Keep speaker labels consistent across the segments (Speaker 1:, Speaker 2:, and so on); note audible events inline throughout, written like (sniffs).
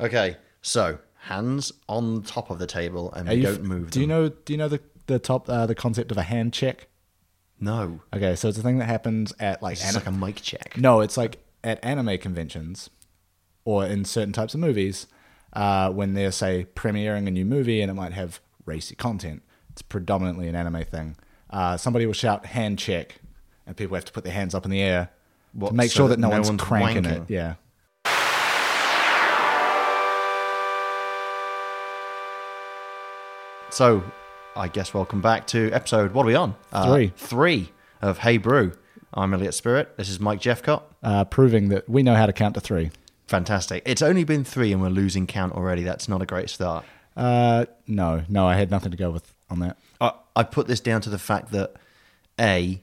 Speaker 1: Okay, so hands on top of the table and
Speaker 2: Are
Speaker 1: we
Speaker 2: you
Speaker 1: don't
Speaker 2: f-
Speaker 1: move
Speaker 2: Do
Speaker 1: them.
Speaker 2: you know? Do you know the the top uh, the concept of a hand check?
Speaker 1: no,
Speaker 2: Okay, so it's a thing that happens at like
Speaker 1: it's
Speaker 2: anime.
Speaker 1: like a mic check.
Speaker 2: no, it's like at anime conventions, or in certain types of movies, uh, when they're say premiering a new movie and it might have racy content. It's predominantly an anime thing. Uh, somebody will shout hand check, and people have to put their hands up in the air
Speaker 1: What,
Speaker 2: to make
Speaker 1: so
Speaker 2: sure
Speaker 1: that
Speaker 2: that, no,
Speaker 1: no
Speaker 2: one's,
Speaker 1: one's
Speaker 2: cranking it.
Speaker 1: wanking?
Speaker 2: Yeah.
Speaker 1: So, I guess welcome back to episode. What are we on? Uh,
Speaker 2: Three.
Speaker 1: Three of Hey Brew. I'm Elliot Spirit. This is Mike Jeffcott.
Speaker 2: Uh, proving that we know how to count to three.
Speaker 1: Fantastic. It's only been three and we're losing count already. That's not a great start.
Speaker 2: Uh, no, no, I had nothing to go with on that.
Speaker 1: I, I put this down to the fact that A,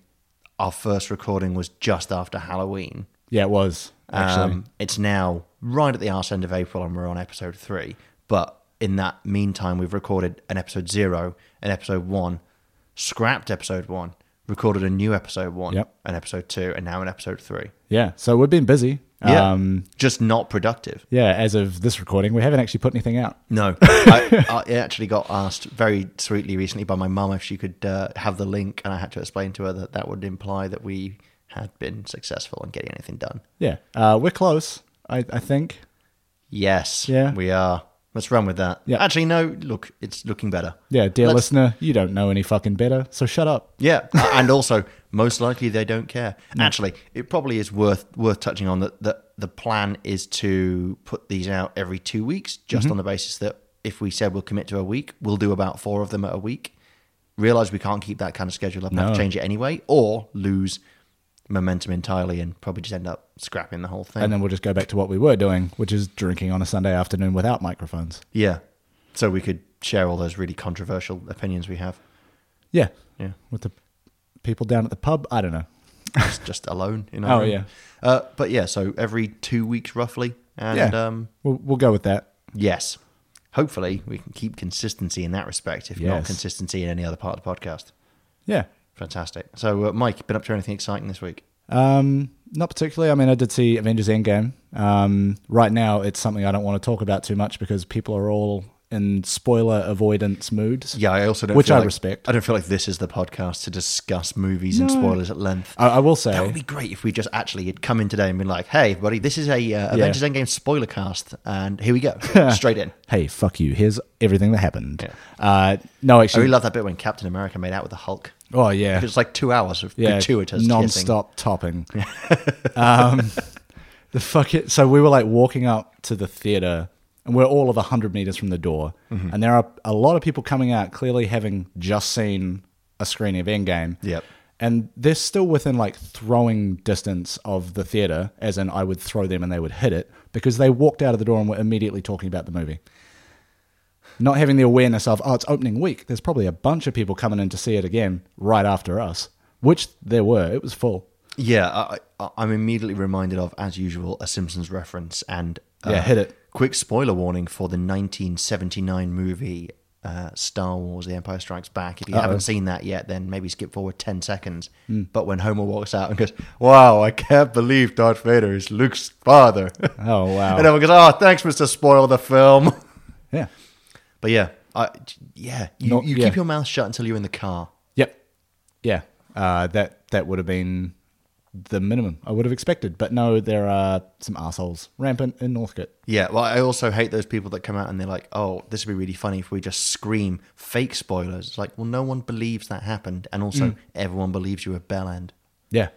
Speaker 1: our first recording was just after Halloween.
Speaker 2: Yeah, it was actually.
Speaker 1: Um, it's now right at the arse end of April and we're on episode three. But in that meantime, we've recorded an episode zero, an episode one, scrapped episode one, recorded a new episode one,
Speaker 2: Yep.
Speaker 1: an episode two, and now an episode three.
Speaker 2: yeah, so we've been busy.
Speaker 1: Yeah.
Speaker 2: Um,
Speaker 1: just not productive.
Speaker 2: yeah, as of this recording, we haven't actually put anything out.
Speaker 1: No, (laughs) I, I actually got asked very sweetly recently by my mum if she could uh, have the link, and I had to explain to her that that would imply that we had been successful in getting anything done.
Speaker 2: Yeah, uh, we're close, I, I think.
Speaker 1: Yes,
Speaker 2: Yeah.
Speaker 1: we are. Let's run with that.
Speaker 2: Yeah.
Speaker 1: Actually, no. Look, it's looking better.
Speaker 2: Yeah, dear
Speaker 1: Let's-
Speaker 2: listener, you don't know any fucking better, so shut up.
Speaker 1: Yeah, (laughs) uh, and also most likely they don't care. Actually, it probably is worth worth touching on that that the plan is to put these out every two weeks,
Speaker 2: Mm-hmm.
Speaker 1: just on the basis that if we said we'll commit to a week, we'll do about four of them at a week. Realize we can't keep that kind of schedule up and have to
Speaker 2: No.
Speaker 1: change it anyway, or lose momentum entirely and probably just end up scrapping the whole thing.
Speaker 2: And then we'll just go back to what we were doing, which is drinking on a Sunday afternoon without microphones.
Speaker 1: yeah, so we could share all those really controversial opinions we have.
Speaker 2: Yeah.
Speaker 1: Yeah.
Speaker 2: With the people down at the pub, I don't know.
Speaker 1: just, just alone. You know.
Speaker 2: Oh, yeah.
Speaker 1: Uh, but yeah, so every two weeks roughly, and
Speaker 2: yeah.
Speaker 1: um,
Speaker 2: we'll, we'll go with that.
Speaker 1: yes, hopefully we can keep consistency in that respect, if not
Speaker 2: Yes.
Speaker 1: consistency in any other part of the podcast.
Speaker 2: Yeah.
Speaker 1: Fantastic. So, uh, Mike, been up to anything exciting this week?
Speaker 2: Um, not particularly. I mean, I did see Avengers Endgame. Um, right now, it's something I don't want to talk about too much because people are all in spoiler avoidance moods.
Speaker 1: Yeah, I also don't.
Speaker 2: Which
Speaker 1: feel
Speaker 2: I
Speaker 1: like-
Speaker 2: respect.
Speaker 1: I don't feel like this is the podcast to discuss movies and
Speaker 2: No.
Speaker 1: spoilers at length.
Speaker 2: I, I will say,
Speaker 1: that would be great if we just actually had come in today and been like, "Hey, buddy, this is a uh, Avengers Endgame spoiler cast, and here we
Speaker 2: (laughs)
Speaker 1: go, straight in."
Speaker 2: hey, fuck you. Here's everything that happened.
Speaker 1: Yeah.
Speaker 2: Uh, no,
Speaker 1: I
Speaker 2: actually,
Speaker 1: really love that bit when Captain America made out with the Hulk.
Speaker 2: oh yeah,
Speaker 1: It's like two hours of
Speaker 2: (laughs) yeah,
Speaker 1: gratuitous kissing.
Speaker 2: non-stop topping. um, the fuck it. So we were like walking up to the theater, and we're all of hundred meters from the door,
Speaker 1: Mm-hmm.
Speaker 2: and there are a lot of people coming out, clearly having just seen a screening of Endgame.
Speaker 1: Yep.
Speaker 2: And they're still within like throwing distance of the theater, as in I would throw them and they would hit it because they walked out of the door and were immediately talking about the movie. Not having the awareness of, oh, it's opening week. There's probably a bunch of people coming in to see it again right after us, which there were. It was full.
Speaker 1: Yeah, I, I, I'm immediately reminded of, as usual, a Simpsons reference and uh,
Speaker 2: Yeah, hit it.
Speaker 1: Quick spoiler warning for the 1979 movie uh, Star Wars: The Empire Strikes Back. If you haven't seen that yet, then maybe skip forward 10 seconds.
Speaker 2: Hmm.
Speaker 1: But when Homer walks out and goes, "Wow, I can't believe Darth Vader is Luke's father," (laughs)
Speaker 2: Oh, wow.
Speaker 1: and everyone goes, "Oh, thanks, Mister Spoil the film." (laughs)
Speaker 2: Yeah.
Speaker 1: But yeah, I, yeah, you,
Speaker 2: Not-
Speaker 1: you
Speaker 2: yeah.
Speaker 1: keep your mouth shut until you're in the car.
Speaker 2: Yep. Yeah. Uh, that that would have been the minimum I would have expected. But no, there are some assholes rampant in Northcote.
Speaker 1: Yeah, well, I also hate those people that come out and they're like, "Oh, this would be really funny if we just scream fake spoilers." It's like, well, no one believes that happened, and also
Speaker 2: Mm.
Speaker 1: everyone believes you're a bell end.
Speaker 2: Yeah.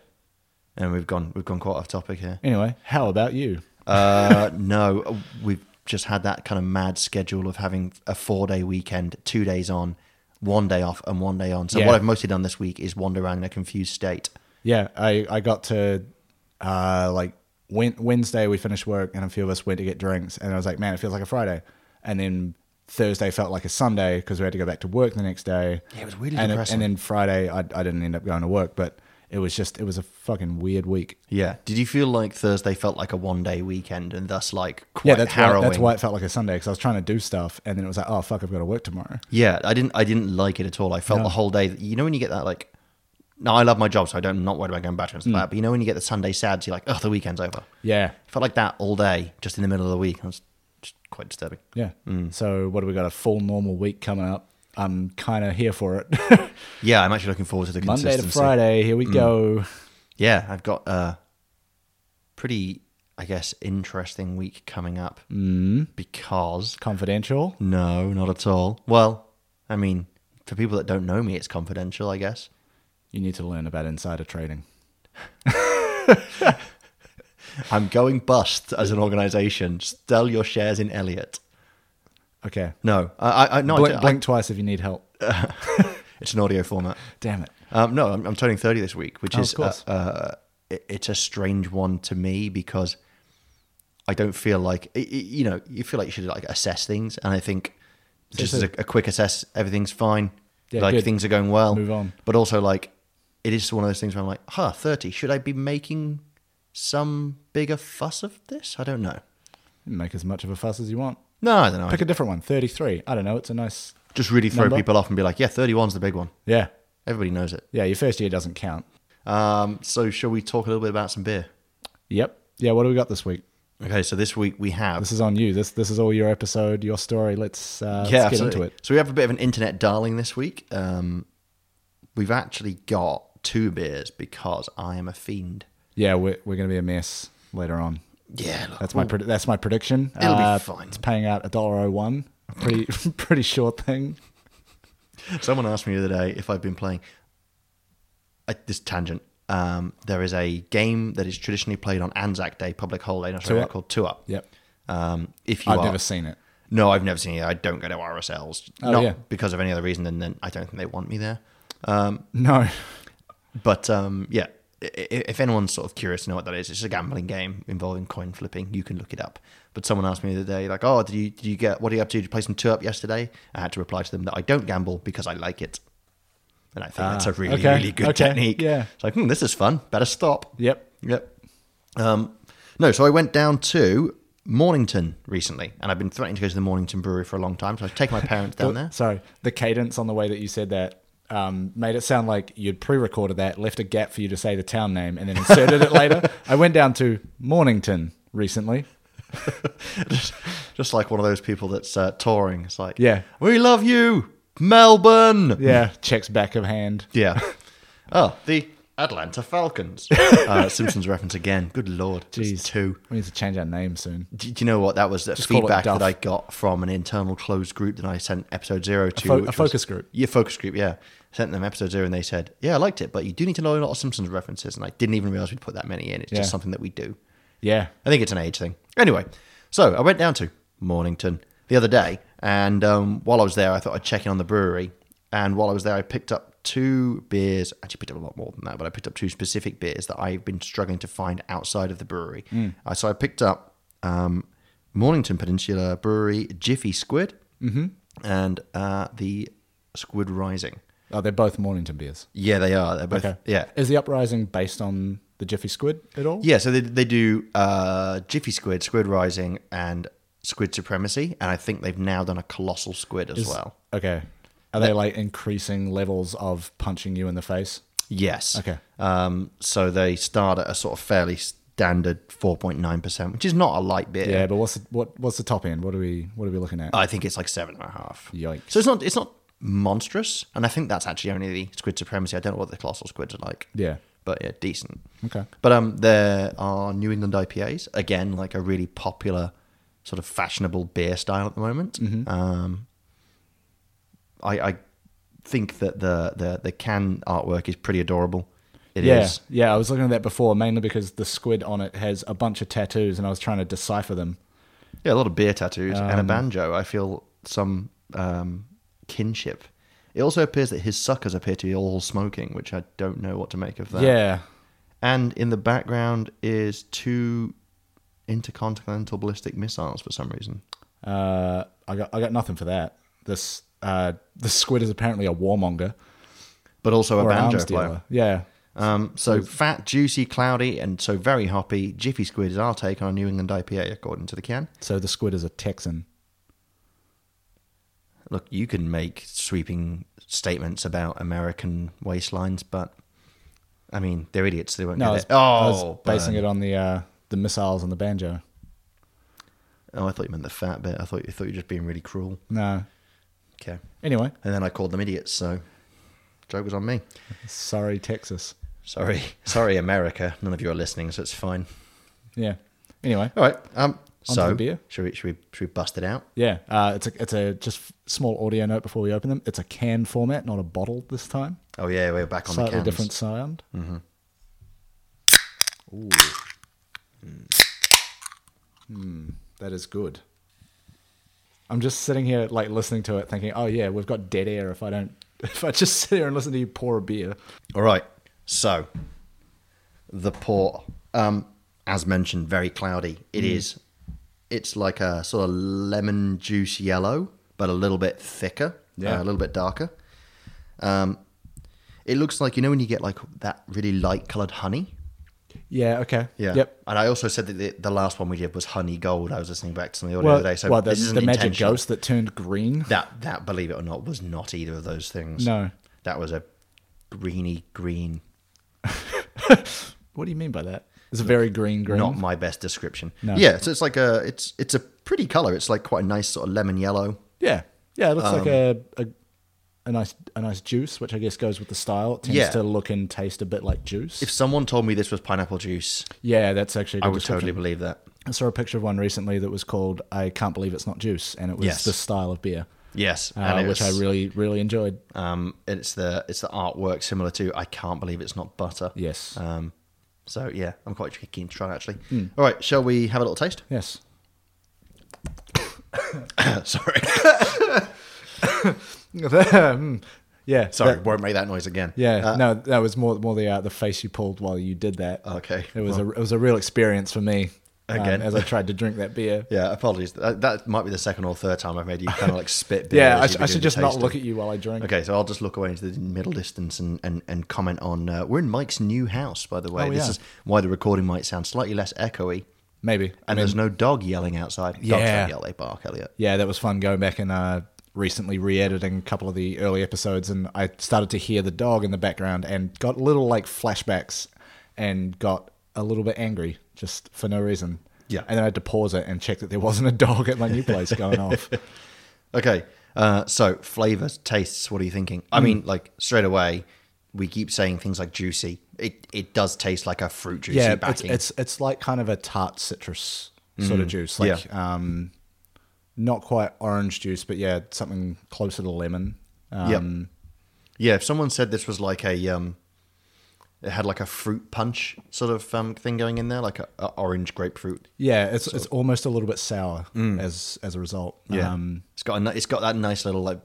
Speaker 1: And we've gone, we've gone quite off topic here. (laughs)
Speaker 2: Anyway, how about you?
Speaker 1: Uh, no, we've just had that kind of mad schedule of having a four-day weekend, two days on, one day off, and one day on. So
Speaker 2: Yeah.
Speaker 1: what I've mostly done this week is wander around in a confused state.
Speaker 2: Yeah, I, I got to uh, like Wed- Wednesday we finished work and a few of us went to get drinks and I was like, man, it feels like a Friday. And then Thursday felt like a Sunday because we had to go back to work the next day.
Speaker 1: Yeah, it was really
Speaker 2: and,
Speaker 1: depressing.
Speaker 2: And then Friday I, I didn't end up going to work, but it was just it was a fucking weird week.
Speaker 1: Yeah. Did you feel like Thursday felt like a one-day weekend, and thus like quite
Speaker 2: Yeah, that's why,
Speaker 1: harrowing?
Speaker 2: that's why it felt like a Sunday because I was trying to do stuff and then it was like, oh fuck, I've got to work tomorrow.
Speaker 1: Yeah, I didn't. I didn't like it at all. I felt the whole day. You know when you get that like. No, I love my job, so I don't. I'm not worried about going back and stuff like that. But you know when you get the Sunday sads, you're like, oh, the weekend's over.
Speaker 2: Yeah,
Speaker 1: felt like that all day, just in the middle of the week. I was It's quite disturbing.
Speaker 2: Yeah.
Speaker 1: Mm.
Speaker 2: So what do we got? A full normal week coming up. I'm kind of here for it. (laughs)
Speaker 1: Yeah, I'm actually looking forward to the
Speaker 2: Monday
Speaker 1: consistency.
Speaker 2: to Friday. Here we
Speaker 1: Mm.
Speaker 2: go.
Speaker 1: Yeah, I've got a pretty, I guess, interesting week coming up mm. because
Speaker 2: Confidential.
Speaker 1: no, not at all. Well, I mean, for people that don't know me, it's confidential, I guess.
Speaker 2: You need to learn about insider trading.
Speaker 1: I'm going bust as an organization. Sell your shares in Elliot.
Speaker 2: Okay.
Speaker 1: No, I, I- I no, I
Speaker 2: blink,
Speaker 1: don't-
Speaker 2: blink twice if you need help.
Speaker 1: it's an audio format.
Speaker 2: Damn it.
Speaker 1: Um, no, I'm, I'm turning 30 this week, which
Speaker 2: Oh, of
Speaker 1: is uh,
Speaker 2: course.
Speaker 1: uh, it, it's a strange one to me because I don't feel like i- i- you know you feel like you should like assess things, and I think just as a, a quick assess, everything's fine,
Speaker 2: Yeah,
Speaker 1: like
Speaker 2: good.
Speaker 1: things are going well,
Speaker 2: Move on.
Speaker 1: But also like it is one of those things where I'm like, huh, 30, should I be making some bigger fuss of this? I don't know.
Speaker 2: Make as much of a fuss as you want.
Speaker 1: No, I don't know.
Speaker 2: Pick a different one. 33. I don't know. It's a nice.
Speaker 1: just really throw
Speaker 2: number.
Speaker 1: people off and be like, yeah, 31's the big one.
Speaker 2: Yeah.
Speaker 1: Everybody knows it.
Speaker 2: Yeah. Your first year doesn't count.
Speaker 1: Um, so shall we talk a little bit about some beer?
Speaker 2: Yep. Yeah. What do we got this week?
Speaker 1: Okay, so this week we have
Speaker 2: This is on you. This this is all your episode, your story. Let's, uh, let's
Speaker 1: yeah,
Speaker 2: get
Speaker 1: absolutely.
Speaker 2: into it.
Speaker 1: So we have a bit of an internet darling this week. Um, we've actually got two beers because I am a fiend.
Speaker 2: Yeah, we're, we're going to be a mess later on.
Speaker 1: Yeah, look,
Speaker 2: That's my pred- that's my prediction. Uh,
Speaker 1: It'll be fine.
Speaker 2: It's paying out a dollar
Speaker 1: (laughs)
Speaker 2: oh one. Pretty (laughs) pretty short thing.
Speaker 1: someone asked me the other day if I've been playing I, this tangent. Um, there is a game that is traditionally played on Anzac Day, public holiday in Australia,
Speaker 2: Up.
Speaker 1: called Two Up.
Speaker 2: Yep.
Speaker 1: Um, if you
Speaker 2: I've
Speaker 1: are-
Speaker 2: never seen it. (laughs)
Speaker 1: No, I've never seen it. I don't go to RSLs,
Speaker 2: Oh,
Speaker 1: not
Speaker 2: yeah.
Speaker 1: because of any other reason, and then I don't think they want me there.
Speaker 2: No.
Speaker 1: But um, yeah, i- i- if anyone's sort of curious to know what that is, it's a gambling game involving coin flipping. You can look it up. But someone asked me the other day, like, "Oh, did you did you get what are you up to? Did you play some two up yesterday?" I had to reply to them that I don't gamble because I like it, and I think that's a really
Speaker 2: Ah, okay,
Speaker 1: really good
Speaker 2: okay,
Speaker 1: technique.
Speaker 2: yeah.
Speaker 1: it's like, hmm, this is fun. Better stop.
Speaker 2: Yep.
Speaker 1: Yep. Um, no, so I went down to Mornington recently, and I've been threatening to go to the Mornington Brewery for a long time. So I've taken my parents
Speaker 2: (laughs)
Speaker 1: down there.
Speaker 2: Sorry. The cadence on the way that you said that um, made it sound like you'd pre-recorded that, left a gap for you to say the town name, and then inserted
Speaker 1: (laughs)
Speaker 2: it later. I went down to Mornington recently.
Speaker 1: just, (laughs) just like one of those people that's uh, touring. It's like,
Speaker 2: Yeah.
Speaker 1: we love you, Melbourne.
Speaker 2: Yeah. Checks back of hand.
Speaker 1: Yeah.
Speaker 2: (laughs)
Speaker 1: Oh, the Atlanta Falcons. uh, Simpsons reference again. Good lord. That's
Speaker 2: Jeez.
Speaker 1: Two.
Speaker 2: We need to change our name soon.
Speaker 1: Do do you know what that was? That
Speaker 2: call it
Speaker 1: feedback
Speaker 2: Duff.
Speaker 1: that I got from an internal closed group that I sent episode zero to.
Speaker 2: fo- a
Speaker 1: which was-
Speaker 2: focus group.
Speaker 1: Yeah, focus group. Yeah, sent them episode zero, and they said, "Yeah, I liked it, but you do need to know a lot of Simpsons references." And I didn't even realize we'd put that many in. It's
Speaker 2: Yeah.
Speaker 1: just something that we do.
Speaker 2: Yeah.
Speaker 1: I think it's an age thing. Anyway, so I went down to Mornington the other day, and um, while I was there, I thought I'd check in on the brewery. And while I was there, I picked up two beers. Actually, picked up a lot more than that, but I picked up two specific beers that I've been struggling to find outside of the brewery. Uh, so I picked up um, Mornington Peninsula Brewery Jiffy Squid and uh, the Squid Rising.
Speaker 2: Oh, they're both Mornington beers.
Speaker 1: Yeah, they are. They're both.
Speaker 2: Okay.
Speaker 1: Yeah,
Speaker 2: Is the uprising based on the Jiffy Squid at all?
Speaker 1: Yeah, so they, they do uh, Jiffy Squid, Squid Rising, and Squid Supremacy, and I think they've now done a Colossal Squid as well.
Speaker 2: Okay. Are they like increasing levels of punching you in the face?
Speaker 1: Yes.
Speaker 2: Okay.
Speaker 1: Um, so they start at a sort of fairly standard 4.9%, which is not a light beer.
Speaker 2: Yeah, but what's the, what what's the top end? What are we what are we looking at?
Speaker 1: I think it's like seven and a half.
Speaker 2: Yikes.
Speaker 1: So it's not it's not monstrous, and I think that's actually only the Squid Supremacy. I don't know what the Colossal Squids are like.
Speaker 2: Yeah.
Speaker 1: But yeah, decent.
Speaker 2: Okay.
Speaker 1: But um, there are New England IPAs again, like a really popular sort of fashionable beer style at the moment.
Speaker 2: Mm-hmm.
Speaker 1: Um, I, I think that the, the the can artwork is pretty adorable. It is
Speaker 2: yeah, yeah. I was looking at that before mainly because the squid on it has a bunch of tattoos, and I was trying to decipher them.
Speaker 1: yeah, a lot of beer tattoos and a
Speaker 2: Um,
Speaker 1: banjo. I feel some um, kinship. It also appears that his suckers appear to be all smoking, which I don't know what to make of that.
Speaker 2: Yeah,
Speaker 1: And in the background is two intercontinental ballistic missiles for some reason.
Speaker 2: uh, I got I got nothing for that. This uh, the squid is apparently a warmonger
Speaker 1: but also a
Speaker 2: or an
Speaker 1: banjo
Speaker 2: arms
Speaker 1: player.
Speaker 2: dealer. Yeah,
Speaker 1: Um, so fat, juicy, cloudy, and so very hoppy. Jiffy Squid is our take on a New England IPA, according to the can.
Speaker 2: so the squid is a Texan.
Speaker 1: Look, you can make sweeping statements about American waistlines, but I mean, they're idiots. They won't
Speaker 2: No, I
Speaker 1: get
Speaker 2: was,
Speaker 1: it.
Speaker 2: I was
Speaker 1: Oh,
Speaker 2: basing
Speaker 1: burn.
Speaker 2: it on the uh, the missiles and the banjo.
Speaker 1: Oh, I thought you meant the fat bit. I thought you thought you were just being really cruel.
Speaker 2: No.
Speaker 1: Okay.
Speaker 2: Anyway,
Speaker 1: And then I called them idiots, so joke was on me.
Speaker 2: sorry, Texas.
Speaker 1: Sorry. (laughs) Sorry, America. None of you are listening, so it's fine.
Speaker 2: Yeah. Anyway,
Speaker 1: All right. Um
Speaker 2: the
Speaker 1: so
Speaker 2: beer.
Speaker 1: should we should we should we bust it out?
Speaker 2: yeah. Uh, it's a it's a just f- small audio note before we open them. It's a can format, not a bottle this time.
Speaker 1: Oh yeah, we're back on the
Speaker 2: Slightly
Speaker 1: cans.
Speaker 2: different sound. Mm-hmm. Ooh. Hmm. That is good. I'm just sitting here like listening to it, thinking, "Oh yeah, we've got dead air if I don't (laughs) if I just sit here and listen to you pour a beer."
Speaker 1: All right. So the port, um, as mentioned, very cloudy. It is. It's like a sort of lemon juice yellow, but a little bit thicker.
Speaker 2: Yeah.
Speaker 1: uh, a little bit darker. Um, it looks like you know when you get like that really light coloured honey.
Speaker 2: Yeah. Okay.
Speaker 1: Yeah.
Speaker 2: Yep.
Speaker 1: And I also said that the, the last one we did was honey gold. I was listening back to some of the audio
Speaker 2: Well,
Speaker 1: the other day. So
Speaker 2: well, the,
Speaker 1: this isn't
Speaker 2: the magic
Speaker 1: intentional.
Speaker 2: ghost that turned green.
Speaker 1: That that believe it or not was not either of those things.
Speaker 2: No.
Speaker 1: That was a greeny green
Speaker 2: What do you mean by that? It's a very green green.
Speaker 1: not my best description.
Speaker 2: No.
Speaker 1: Yeah, so it's like a it's it's a pretty color. It's like quite a nice sort of lemon yellow.
Speaker 2: yeah, yeah. It looks
Speaker 1: Um,
Speaker 2: like a, a a nice a nice juice, which I guess goes with the style. It tends
Speaker 1: Yeah.
Speaker 2: to look and taste a bit like juice.
Speaker 1: If someone told me this was pineapple juice,
Speaker 2: yeah, that's actually. A good
Speaker 1: I would
Speaker 2: description.
Speaker 1: totally believe that.
Speaker 2: I saw a picture of one recently that was called "I Can't Believe It's Not Juice," and it was
Speaker 1: Yes.
Speaker 2: this style of beer,
Speaker 1: Yes,
Speaker 2: uh,
Speaker 1: and it
Speaker 2: which I
Speaker 1: was-
Speaker 2: really really enjoyed.
Speaker 1: um it's the it's the artwork similar to I can't believe it's not butter.
Speaker 2: Yes,
Speaker 1: Um so yeah, I'm quite keen to try it, actually.
Speaker 2: Hmm.
Speaker 1: All right, shall we have a little taste?
Speaker 2: yes.
Speaker 1: (laughs) Sorry.
Speaker 2: Mm. yeah,
Speaker 1: Sorry,
Speaker 2: that-
Speaker 1: won't make that noise again.
Speaker 2: yeah,
Speaker 1: Uh,
Speaker 2: no, that was more more the uh, the face you pulled while you did that.
Speaker 1: Okay.
Speaker 2: It was a it was a real experience for me. um,
Speaker 1: Again.
Speaker 2: as I tried to drink that beer.
Speaker 1: Yeah, apologies. That, that might be the second or third time I've made you kind of like spit. beer
Speaker 2: (laughs)
Speaker 1: as
Speaker 2: Yeah, I,
Speaker 1: you've
Speaker 2: sh-
Speaker 1: been
Speaker 2: I
Speaker 1: doing
Speaker 2: should
Speaker 1: the
Speaker 2: just not
Speaker 1: tasting.
Speaker 2: look at you while I drink.
Speaker 1: Okay, so I'll just look away into the middle distance and, and, and comment on. Uh, we're in Mike's new house, by the way.
Speaker 2: Oh,
Speaker 1: this
Speaker 2: yeah.
Speaker 1: is why the recording might sound slightly less echoey.
Speaker 2: Maybe. I
Speaker 1: And
Speaker 2: mean,
Speaker 1: there's no dog yelling outside. Dogs
Speaker 2: Yeah.
Speaker 1: don't yell, they bark, Elliot.
Speaker 2: yeah, that was fun going back and uh, recently re-editing a couple of the early episodes, and I started to hear the dog in the background and got little like flashbacks, and got a little bit angry just for no reason.
Speaker 1: Yeah.
Speaker 2: and then I had to pause it and check that there wasn't a dog at my new
Speaker 1: (laughs)
Speaker 2: place going off.
Speaker 1: Okay, uh, so flavors, tastes, what are you thinking?
Speaker 2: Mm.
Speaker 1: I mean, like, straight away, we keep saying things like juicy. It it does taste like a fruit juicy
Speaker 2: yeah, it's,
Speaker 1: backing.
Speaker 2: it's it's like kind of a tart citrus sort
Speaker 1: Mm.
Speaker 2: of juice, like um, not quite orange juice, but yeah, something closer to lemon. Um,
Speaker 1: Yep. yeah, if someone said this was like a. Um, it had like a fruit punch sort of um, thing going in there, like a, a orange grapefruit.
Speaker 2: Yeah, it's it's almost a little bit sour as as a result. Um,
Speaker 1: it's got a, ni- it's got that nice little like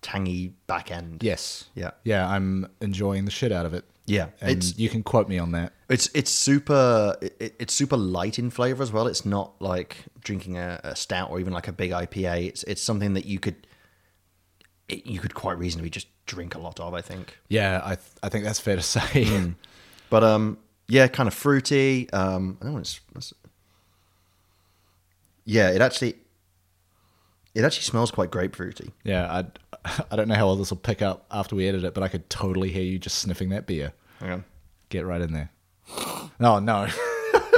Speaker 1: tangy back end.
Speaker 2: yes.
Speaker 1: Yeah.
Speaker 2: Yeah, I'm enjoying the shit out of it.
Speaker 1: Yeah,
Speaker 2: And
Speaker 1: it's-
Speaker 2: you can quote me on that.
Speaker 1: It's it's super it, it's super light in flavor as well. It's not like drinking a, a stout or even like a big IPA. It's it's something that you could it, you could quite reasonably just drink a lot of, I think.
Speaker 2: Yeah, I th- I think that's fair to say.
Speaker 1: But um yeah, kind of fruity. Um I don't know it's, it's Yeah, it actually it actually smells quite grapefruity.
Speaker 2: (laughs) yeah, (laughs) I I don't know how all this will pick up after we edit it, but I could totally hear you just sniffing that beer.
Speaker 1: Hang on.
Speaker 2: Get right in (laughs) there. Oh no. (laughs)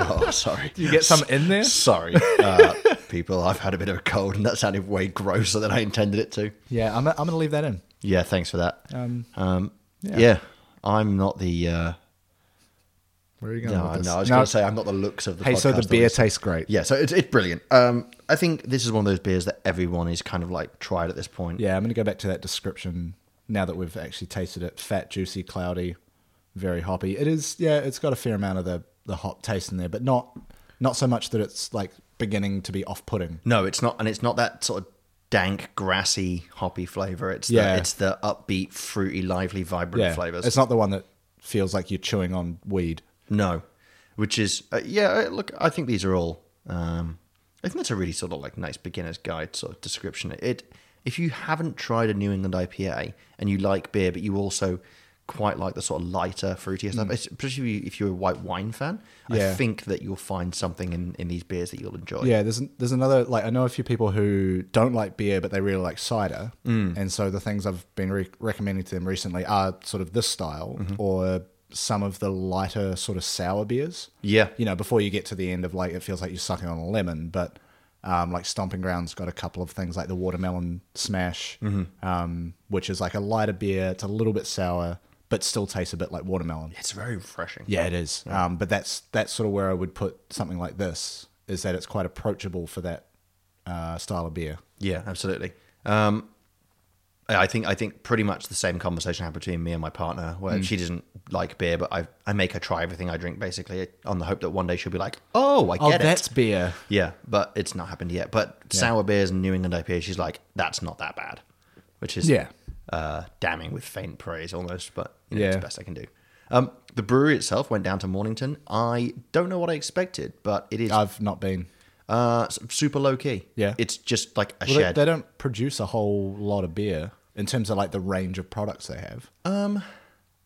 Speaker 1: Oh, sorry.
Speaker 2: you get some in there?
Speaker 1: Sorry,
Speaker 2: (laughs)
Speaker 1: uh, people. I've had a bit of a cold, and that sounded way grosser than I intended it to.
Speaker 2: yeah, I'm I'm going to leave that in.
Speaker 1: Yeah, thanks for that.
Speaker 2: Um,
Speaker 1: Um,
Speaker 2: yeah.
Speaker 1: yeah. I'm not the. Uh,
Speaker 2: Where are you going?
Speaker 1: no,
Speaker 2: with this?
Speaker 1: no, I was going to say I'm not the looks of the.
Speaker 2: Hey, so the
Speaker 1: podcast
Speaker 2: beer
Speaker 1: always.
Speaker 2: tastes great.
Speaker 1: Yeah, so it's it's brilliant. Um, I think this is one of those beers that everyone is kind of like tried at this point.
Speaker 2: Yeah, I'm going to go back to that description now that we've actually tasted it. Fat, juicy, cloudy, very hoppy. It is, yeah, it's got a fair amount of the, the hop taste in there, but not not so much that it's like beginning to be off putting.
Speaker 1: No, it's not, and it's not that sort of dank, grassy, hoppy flavor. It's
Speaker 2: Yeah.
Speaker 1: the, it's the upbeat, fruity, lively, vibrant
Speaker 2: Yeah,
Speaker 1: flavors.
Speaker 2: It's not the one that feels like you're chewing on weed.
Speaker 1: No, which is uh, yeah. I- Look, I think these are all. Um, I think that's a really sort of like nice beginner's guide sort of description. It if you haven't tried a New England IPA and you like beer, but you also quite like the sort of lighter, fruitier stuff, especially if you- if you're a white wine fan,
Speaker 2: Mm. Yeah.
Speaker 1: I think that you'll find something in, in these beers that you'll enjoy.
Speaker 2: Yeah, there's there's another like I know a few people who don't like beer but they really like cider, and so the things I've been re- recommending to them recently are sort of this style or some of the lighter sort of sour beers.
Speaker 1: Yeah.
Speaker 2: you know, before you get to the end of like, it feels like you're sucking on a lemon, but Um, like Stomping Ground's got a couple of things like the Watermelon Smash, um, which is like a lighter beer. It's a little bit sour, but still tastes a bit like watermelon.
Speaker 1: It's very refreshing.
Speaker 2: Yeah, it is. Um, but that's that's sort of where I would put something like this is that it's quite approachable for that uh, style of beer.
Speaker 1: Yeah, absolutely. Um, I think I think pretty much the same conversation happened between me and my partner, where
Speaker 2: Hmm.
Speaker 1: she doesn't like beer, but I I make her try everything I drink basically on the hope that one day she'll be like, oh, I
Speaker 2: Oh,
Speaker 1: get it.
Speaker 2: that's beer.
Speaker 1: Yeah, but it's not happened yet. But sour beers and New England IPA, she's like, that's not that bad, which is
Speaker 2: Yeah.
Speaker 1: uh, damning with faint praise almost. But you know, it's
Speaker 2: Yeah.
Speaker 1: the best I can do. Um, the brewery itself went down to Mornington. I don't know what I expected, but it is
Speaker 2: I've not been.
Speaker 1: uh, s- super low key.
Speaker 2: Ah. Yeah.
Speaker 1: it's just like a
Speaker 2: Well, they,
Speaker 1: shed.
Speaker 2: they don't produce a whole lot of beer in terms of like the range of products they have.
Speaker 1: Oh,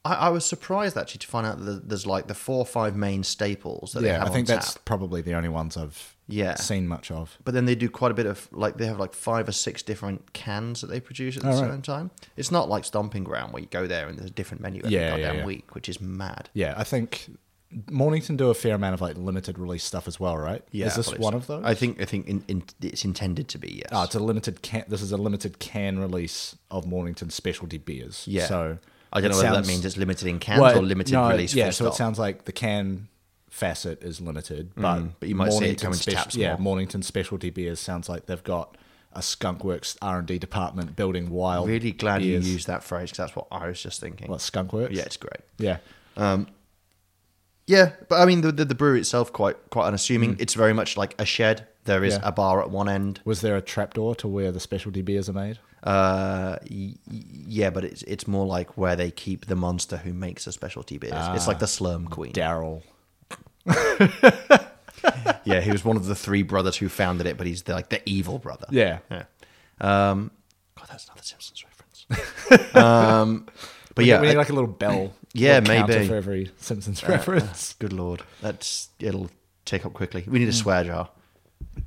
Speaker 1: I, I was surprised actually to find out that there's like the four or five main staples that they
Speaker 2: yeah,
Speaker 1: have
Speaker 2: I think
Speaker 1: on
Speaker 2: that's
Speaker 1: tap.
Speaker 2: probably the only ones I've
Speaker 1: Yeah.
Speaker 2: seen much of.
Speaker 1: But then they do quite a bit of like they have like five or six different cans that they produce at the
Speaker 2: Oh, right.
Speaker 1: same time. It's not like Stomping Ground where you go there and there's a different menu every
Speaker 2: Yeah, yeah,
Speaker 1: goddamn
Speaker 2: yeah.
Speaker 1: week, which is mad.
Speaker 2: Yeah, I think Mornington do a fair amount of like limited release stuff as well, right?
Speaker 1: Yeah,
Speaker 2: is
Speaker 1: I
Speaker 2: this
Speaker 1: believe
Speaker 2: one
Speaker 1: so.
Speaker 2: of those?
Speaker 1: I think I think in, in, it's intended to be yes.
Speaker 2: Oh, it's a limited can. This is a limited can release of Mornington specialty beers.
Speaker 1: yeah.
Speaker 2: So
Speaker 1: I don't
Speaker 2: it
Speaker 1: know whether
Speaker 2: sounds-
Speaker 1: that means it's limited in cans
Speaker 2: Well,
Speaker 1: or limited
Speaker 2: no,
Speaker 1: release.
Speaker 2: Yeah.
Speaker 1: full
Speaker 2: so
Speaker 1: stop. Mm,
Speaker 2: it sounds like the can facet is limited, but
Speaker 1: but you might see it coming to
Speaker 2: spec-
Speaker 1: taps
Speaker 2: Yeah,
Speaker 1: more.
Speaker 2: Mornington specialty beers sounds like they've got a Skunkworks R and D department building wild.
Speaker 1: really glad
Speaker 2: beers.
Speaker 1: you used that phrase because that's what I was just thinking.
Speaker 2: what Skunkworks?
Speaker 1: yeah, it's great.
Speaker 2: Yeah.
Speaker 1: Yeah, but I mean the the, the brewery itself quite quite unassuming. It's very much like a shed. There is
Speaker 2: Mm. Yeah.
Speaker 1: a bar at one end.
Speaker 2: Was there a trapdoor to where the specialty beers are made?
Speaker 1: Uh, y- y- yeah, but it's it's more like where they keep the monster who makes the specialty beers. it's
Speaker 2: Ah.
Speaker 1: like the Slurm Queen.
Speaker 2: Daryl.
Speaker 1: yeah, he was one of the three brothers who founded it, but he's the, like the evil brother.
Speaker 2: Yeah.
Speaker 1: yeah. Um, God, that's another Simpsons reference.
Speaker 2: (laughs)
Speaker 1: um, but yeah,
Speaker 2: we need
Speaker 1: I-
Speaker 2: like a little bell.
Speaker 1: (clears throat) Yeah,
Speaker 2: little counter
Speaker 1: maybe. Uh,
Speaker 2: for every Simpsons reference.
Speaker 1: good lord, that's it'll take up quickly. We need
Speaker 2: Mm.
Speaker 1: a swear jar.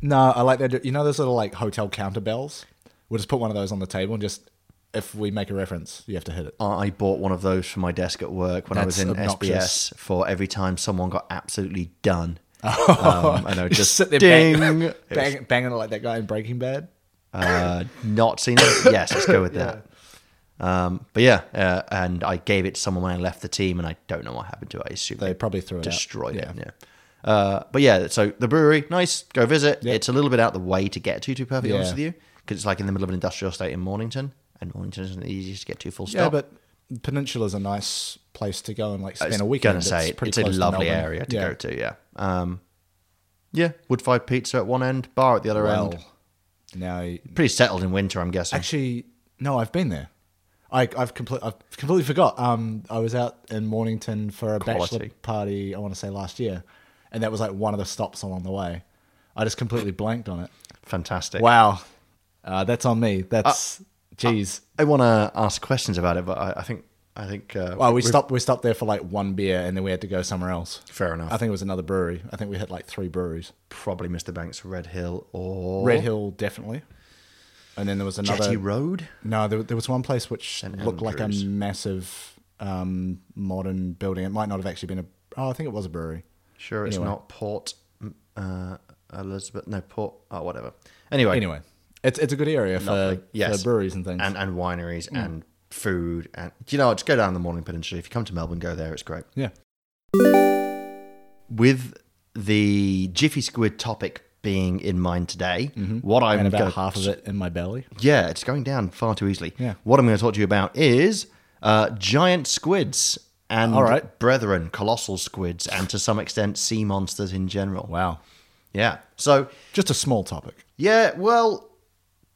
Speaker 2: No, I like that. You know those little like hotel counter bells. We'll just put one of those on the table and just if we make a reference, you have to hit it.
Speaker 1: I bought one of those for my desk at work when I was in
Speaker 2: That's obnoxious.
Speaker 1: SBS for every time someone got absolutely
Speaker 2: (laughs)
Speaker 1: done. um, and I would
Speaker 2: Oh, You
Speaker 1: just
Speaker 2: sit there
Speaker 1: ding.
Speaker 2: bang- (laughs)
Speaker 1: It was
Speaker 2: bang, banging it like that guy in Breaking Bad.
Speaker 1: uh, not seen it. Yes, let's go with
Speaker 2: (laughs)
Speaker 1: that. Um, but yeah, uh, and I gave it to someone when I left the team, and I don't know what happened to it. I assume
Speaker 2: They probably threw it out.
Speaker 1: destroyed
Speaker 2: Yeah.
Speaker 1: it. Yeah. Uh, but yeah, so the brewery, nice. Go visit. It's a little bit out the way to get to, to be perfectly honest
Speaker 2: Yeah.
Speaker 1: with you, because it's like in the middle of an industrial estate in Mornington, and Mornington isn't the easiest to get to. Full stop.
Speaker 2: Yeah, but Peninsula is a nice place to go and like
Speaker 1: I
Speaker 2: spend
Speaker 1: was
Speaker 2: a weekend.
Speaker 1: Gonna say it's,
Speaker 2: pretty
Speaker 1: a
Speaker 2: close to
Speaker 1: lovely
Speaker 2: Melbourne.
Speaker 1: area to
Speaker 2: Yeah.
Speaker 1: go to. Yeah. Um, yeah, wood fired pizza at one end, bar at the other end.
Speaker 2: Well, now
Speaker 1: Pretty settled in winter, I'm guessing.
Speaker 2: Actually, no, I've been there. I, I've, comple- I've completely forgot. Um, I was out in Mornington for a bachelor
Speaker 1: Quality.
Speaker 2: party, I want to say last year, and that was like one of the stops along the way. I just completely blanked on it.
Speaker 1: Fantastic.
Speaker 2: Wow. Uh, that's on me.
Speaker 1: Uh,
Speaker 2: That's, jeez.
Speaker 1: I want to ask questions about it, but I, I think I think uh,
Speaker 2: well, we stopped, we stopped there for like one beer and then we had to go somewhere else.
Speaker 1: Fair enough.
Speaker 2: I think it was another brewery. I think we hit like three breweries.
Speaker 1: probably Mr. Banks, Red Hill, or
Speaker 2: Red Hill, definitely. And then there was another.
Speaker 1: Jetty Road.
Speaker 2: No, there, there was one place which looked like a
Speaker 1: Andrews.
Speaker 2: massive um, modern building. It might not have actually been a. Oh, I think it was a brewery.
Speaker 1: Sure, it's
Speaker 2: Anyway.
Speaker 1: not Port uh, Elizabeth. No, Port. Oh, whatever. Anyway,
Speaker 2: Anyway, it's it's a good area for,
Speaker 1: Lovely. Yes.
Speaker 2: for breweries and things.
Speaker 1: and and wineries
Speaker 2: Hmm.
Speaker 1: and food and do you know, just go down the Morning Peninsula. If you come to Melbourne, go there. It's great.
Speaker 2: yeah,
Speaker 1: With the Jiffy Squid topic being in mind today, what I'm
Speaker 2: Mm-hmm. and
Speaker 1: gonna-
Speaker 2: about half of it in my belly.
Speaker 1: Yeah, it's going down far too easily.
Speaker 2: Yeah.
Speaker 1: What I'm going to talk to you about is uh, giant squids and
Speaker 2: All right.
Speaker 1: brethren, colossal squids, and to some extent sea monsters in general.
Speaker 2: Wow,
Speaker 1: Yeah. So
Speaker 2: just a small topic.
Speaker 1: yeah, well,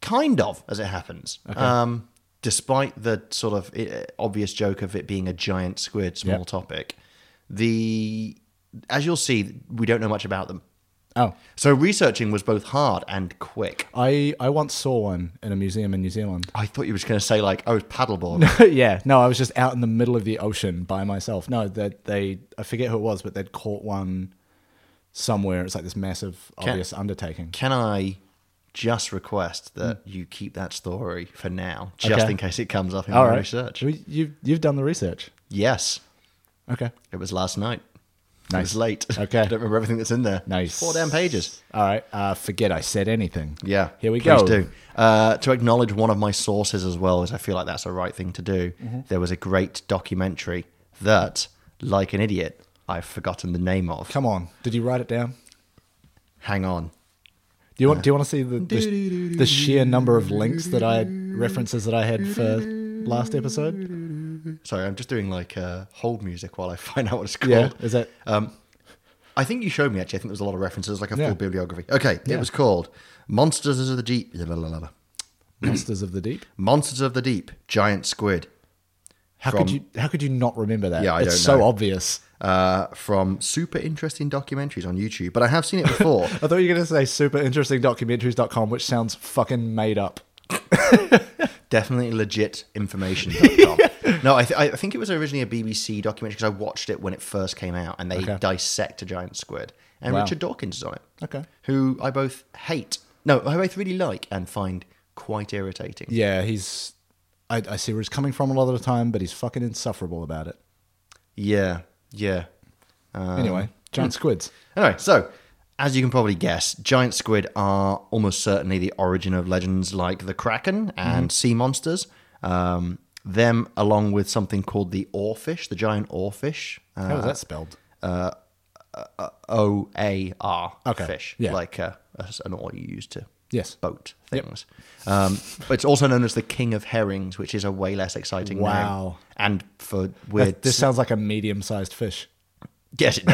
Speaker 1: kind of as it happens. Um, despite the sort of eh, obvious joke of it being a giant squid, small
Speaker 2: Yep.
Speaker 1: topic, the as you'll see, we don't know much about them.
Speaker 2: Oh,
Speaker 1: So researching was both hard and quick.
Speaker 2: I I once saw one in a museum in New Zealand.
Speaker 1: I thought you were just going to say like, oh, it's paddleboard.
Speaker 2: (laughs) yeah, no, I was just out in the middle of the ocean by myself. No, that they, I forget who it was, but they'd caught one somewhere. It's like this massive, obvious undertaking.
Speaker 1: can I just request that you keep that story for now, just
Speaker 2: Okay.
Speaker 1: in case it comes up in
Speaker 2: All
Speaker 1: my
Speaker 2: right.
Speaker 1: research?
Speaker 2: We- You've, you've done the research.
Speaker 1: Yes,
Speaker 2: Okay.
Speaker 1: it was last night. It was
Speaker 2: Nice.
Speaker 1: late. (laughs)
Speaker 2: Okay.
Speaker 1: I don't remember everything that's in there.
Speaker 2: Nice.
Speaker 1: Four damn pages.
Speaker 2: All right. Uh, forget I said anything.
Speaker 1: Yeah.
Speaker 2: Here we
Speaker 1: please
Speaker 2: go.
Speaker 1: do. Uh, to acknowledge one of my sources as well, as I feel like that's the right thing to do.
Speaker 2: Mm-hmm.
Speaker 1: There was a great documentary that, like an idiot, I've forgotten the name of.
Speaker 2: Come on. Did you write it down?
Speaker 1: Hang on.
Speaker 2: Do you want? Do you want to see the, the the sheer number of links that I had references that I had for last episode?
Speaker 1: Sorry, I'm just doing like uh, hold music while I (laughs) find out what it's called.
Speaker 2: Yeah. Is that uh,
Speaker 1: Um, I think you showed me actually. I think there was a lot of references, like a
Speaker 2: Yeah.
Speaker 1: full bibliography. Okay,
Speaker 2: Yeah.
Speaker 1: it was called "Monsters of the Deep." blah, blah, blah, blah.
Speaker 2: (coughs) Monsters of the Deep?
Speaker 1: Monsters of the Deep, Giant Squid,
Speaker 2: How could
Speaker 1: From-
Speaker 2: you? How could you not remember that?
Speaker 1: Yeah, I
Speaker 2: it's
Speaker 1: don't
Speaker 2: so
Speaker 1: know.
Speaker 2: obvious.
Speaker 1: uh, from super interesting documentaries on YouTube. But I have seen it before.
Speaker 2: (laughs) I thought you were going to say superinterestingdocumentaries.com, which sounds fucking made up.
Speaker 1: Definitely legit information. (laughs) no, I, th- I think it was originally a BBC documentary because I watched it when it first came out, and they
Speaker 2: Okay.
Speaker 1: dissect a giant squid. And
Speaker 2: Wow.
Speaker 1: Richard Dawkins is on it.
Speaker 2: Okay.
Speaker 1: who I both hate. No, I both really like and find quite irritating.
Speaker 2: Yeah, he's. I, I see where he's coming from a lot of the time, but he's fucking insufferable about it.
Speaker 1: Yeah, yeah. Um,
Speaker 2: Anyway, giant squids.
Speaker 1: Anyway, so as you can probably guess, giant squid are almost certainly the origin of legends like the kraken and sea monsters. Um, them, along with something called the oarfish, the giant oarfish.
Speaker 2: How
Speaker 1: Uh,
Speaker 2: is that spelled?
Speaker 1: O A R
Speaker 2: Okay,
Speaker 1: fish,
Speaker 2: yeah.
Speaker 1: like uh, as an oar you use to
Speaker 2: Yes.
Speaker 1: boat
Speaker 2: Yep.
Speaker 1: things. Um, but it's also known as the king of herrings, which is a way less exciting name.
Speaker 2: Wow.
Speaker 1: And for
Speaker 2: Uh, That-
Speaker 1: weird,
Speaker 2: this sounds like a medium-sized fish.
Speaker 1: yes, it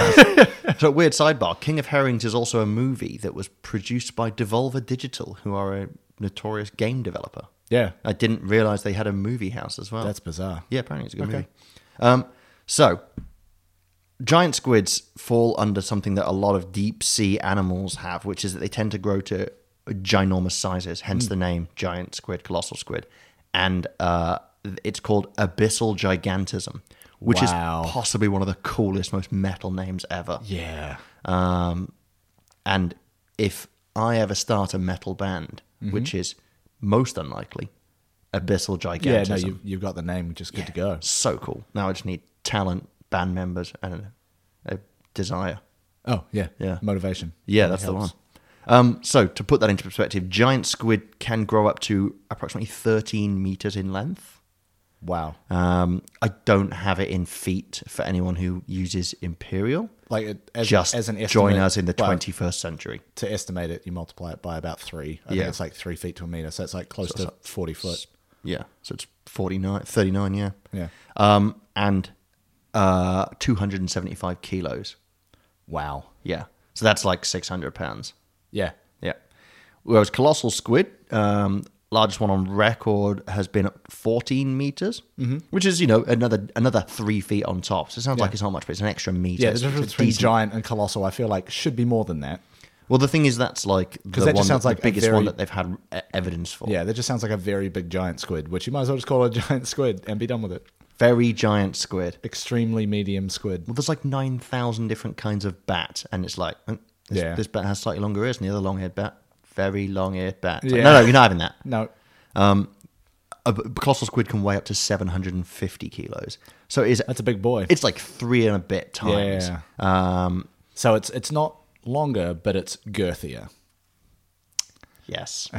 Speaker 2: (laughs)
Speaker 1: does. so weird sidebar: King of Herrings is also a movie that was produced by Devolver Digital, who are a notorious game developer.
Speaker 2: Yeah,
Speaker 1: I didn't realize they had a movie house as well.
Speaker 2: that's bizarre.
Speaker 1: Yeah, apparently it's a good
Speaker 2: Okay.
Speaker 1: movie. Um, so, giant squids fall under something that a lot of deep sea animals have, which is that they tend to grow to ginormous sizes,
Speaker 2: Hmm.
Speaker 1: hence the name giant squid, colossal squid. And uh, it's called abyssal gigantism, which
Speaker 2: Wow.
Speaker 1: is possibly one of the coolest, most metal names ever.
Speaker 2: Yeah.
Speaker 1: Um, and if I ever start a metal band,
Speaker 2: Mm-hmm.
Speaker 1: which is most unlikely, abyssal gigantism
Speaker 2: Yeah, no, you've, you've got the name, which is good to go.
Speaker 1: so cool. Now I just need talent, band members, and a, a desire.
Speaker 2: Oh, yeah.
Speaker 1: Yeah.
Speaker 2: Motivation.
Speaker 1: Yeah,
Speaker 2: That
Speaker 1: that's the one.
Speaker 2: helps.
Speaker 1: Um, so to put that into perspective, giant squid can grow up to approximately 13 meters in length.
Speaker 2: Wow.
Speaker 1: Um, I don't have it in feet for anyone who uses imperial.
Speaker 2: Like, it, as,
Speaker 1: Just
Speaker 2: as an estimate,
Speaker 1: join us in the
Speaker 2: well,
Speaker 1: 21st century.
Speaker 2: To estimate it, you multiply it by about three. I
Speaker 1: Yeah.
Speaker 2: think it's like three feet to a meter. So it's like close
Speaker 1: it's
Speaker 2: to 40 foot.
Speaker 1: Yeah, so it's 49, 39, yeah,
Speaker 2: Yeah.
Speaker 1: um, and uh, 275 kilos.
Speaker 2: Wow.
Speaker 1: Yeah, so that's like 600 pounds.
Speaker 2: Yeah.
Speaker 1: Yeah. Whereas colossal squid, um, largest one on record, has been 14 meters, mm-hmm. which is you know another another three feet on top. So it sounds like it's not much, but it's an extra meter.
Speaker 2: Yeah,
Speaker 1: It's-
Speaker 2: the
Speaker 1: it's
Speaker 2: difference
Speaker 1: a
Speaker 2: between
Speaker 1: decent-
Speaker 2: giant and colossal, I feel like, should be more than that.
Speaker 1: Well, the thing is, that's like the
Speaker 2: that just
Speaker 1: one
Speaker 2: sounds
Speaker 1: the
Speaker 2: like a
Speaker 1: biggest
Speaker 2: very-
Speaker 1: one that they've had e- evidence for.
Speaker 2: Yeah, that just sounds like a very big giant squid, which you might as well just call a (laughs) giant squid and be done with it.
Speaker 1: Very giant squid.
Speaker 2: Extremely medium squid.
Speaker 1: Well, there's like nine thousand different kinds of bat, and it's like mm, this,
Speaker 2: Yeah.
Speaker 1: this bat has slightly longer ears, and the other long-eared bat, very long-eared bat. It's like,
Speaker 2: Yeah.
Speaker 1: No, no, you're not having that.
Speaker 2: No.
Speaker 1: A b- colossal squid can weigh up to 750 kilos, so it is
Speaker 2: That's a big boy.
Speaker 1: it's like three and a bit times.
Speaker 2: Yeah.
Speaker 1: Um,
Speaker 2: so it's it's not longer, but it's girthier, (laughs)
Speaker 1: yes.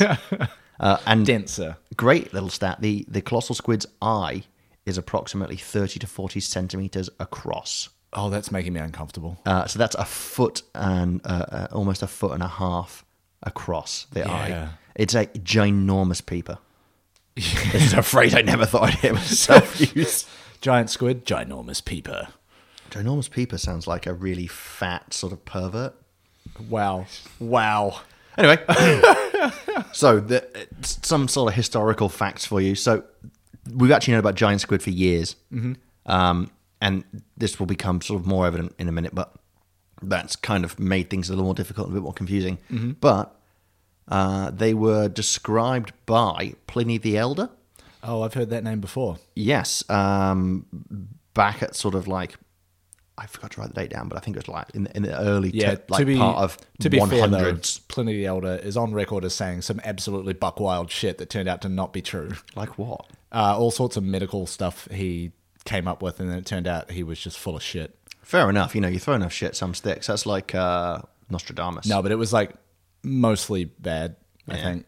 Speaker 1: uh, and
Speaker 2: denser.
Speaker 1: great little stat: the the colossal squid's eye is approximately 30 to 40 centimeters across.
Speaker 2: Oh, that's making me uncomfortable.
Speaker 1: Uh, so that's a foot and uh, uh, almost a foot and a half across the
Speaker 2: Yeah.
Speaker 1: eye. It's a ginormous
Speaker 2: (laughs)
Speaker 1: peeper. This is a phrase I never thought I'd hear
Speaker 2: (laughs)
Speaker 1: myself use.
Speaker 2: Giant squid, ginormous peeper.
Speaker 1: Ginormous peeper sounds like a really fat sort of pervert.
Speaker 2: Wow. Wow.
Speaker 1: Anyway, (laughs) so the, it's some sort of historical facts for you. So we've actually known about giant squid for years, mm-hmm. um, and this will become sort of more evident in a minute. But that's kind of made things a little more difficult, and a bit more confusing.
Speaker 2: Mm-hmm.
Speaker 1: But uh, they were described by Pliny the Elder.
Speaker 2: Oh, I've heard that name before.
Speaker 1: Yes, um, back at sort of like. I forgot to write the date down, but I think it was like in the, in the early
Speaker 2: Yeah,
Speaker 1: te- like
Speaker 2: to be
Speaker 1: part of
Speaker 2: to be fair though,
Speaker 1: 100s.
Speaker 2: Pliny the Elder is on record as saying some absolutely buckwild shit that turned out to not be true.
Speaker 1: like what?
Speaker 2: Uh, all sorts of medical stuff he came up with, and then it turned out he was just full of shit.
Speaker 1: Fair enough. You know, you throw enough shit, some sticks. That's like uh, Nostradamus.
Speaker 2: No, but it was like mostly bad, I
Speaker 1: Yeah.
Speaker 2: think.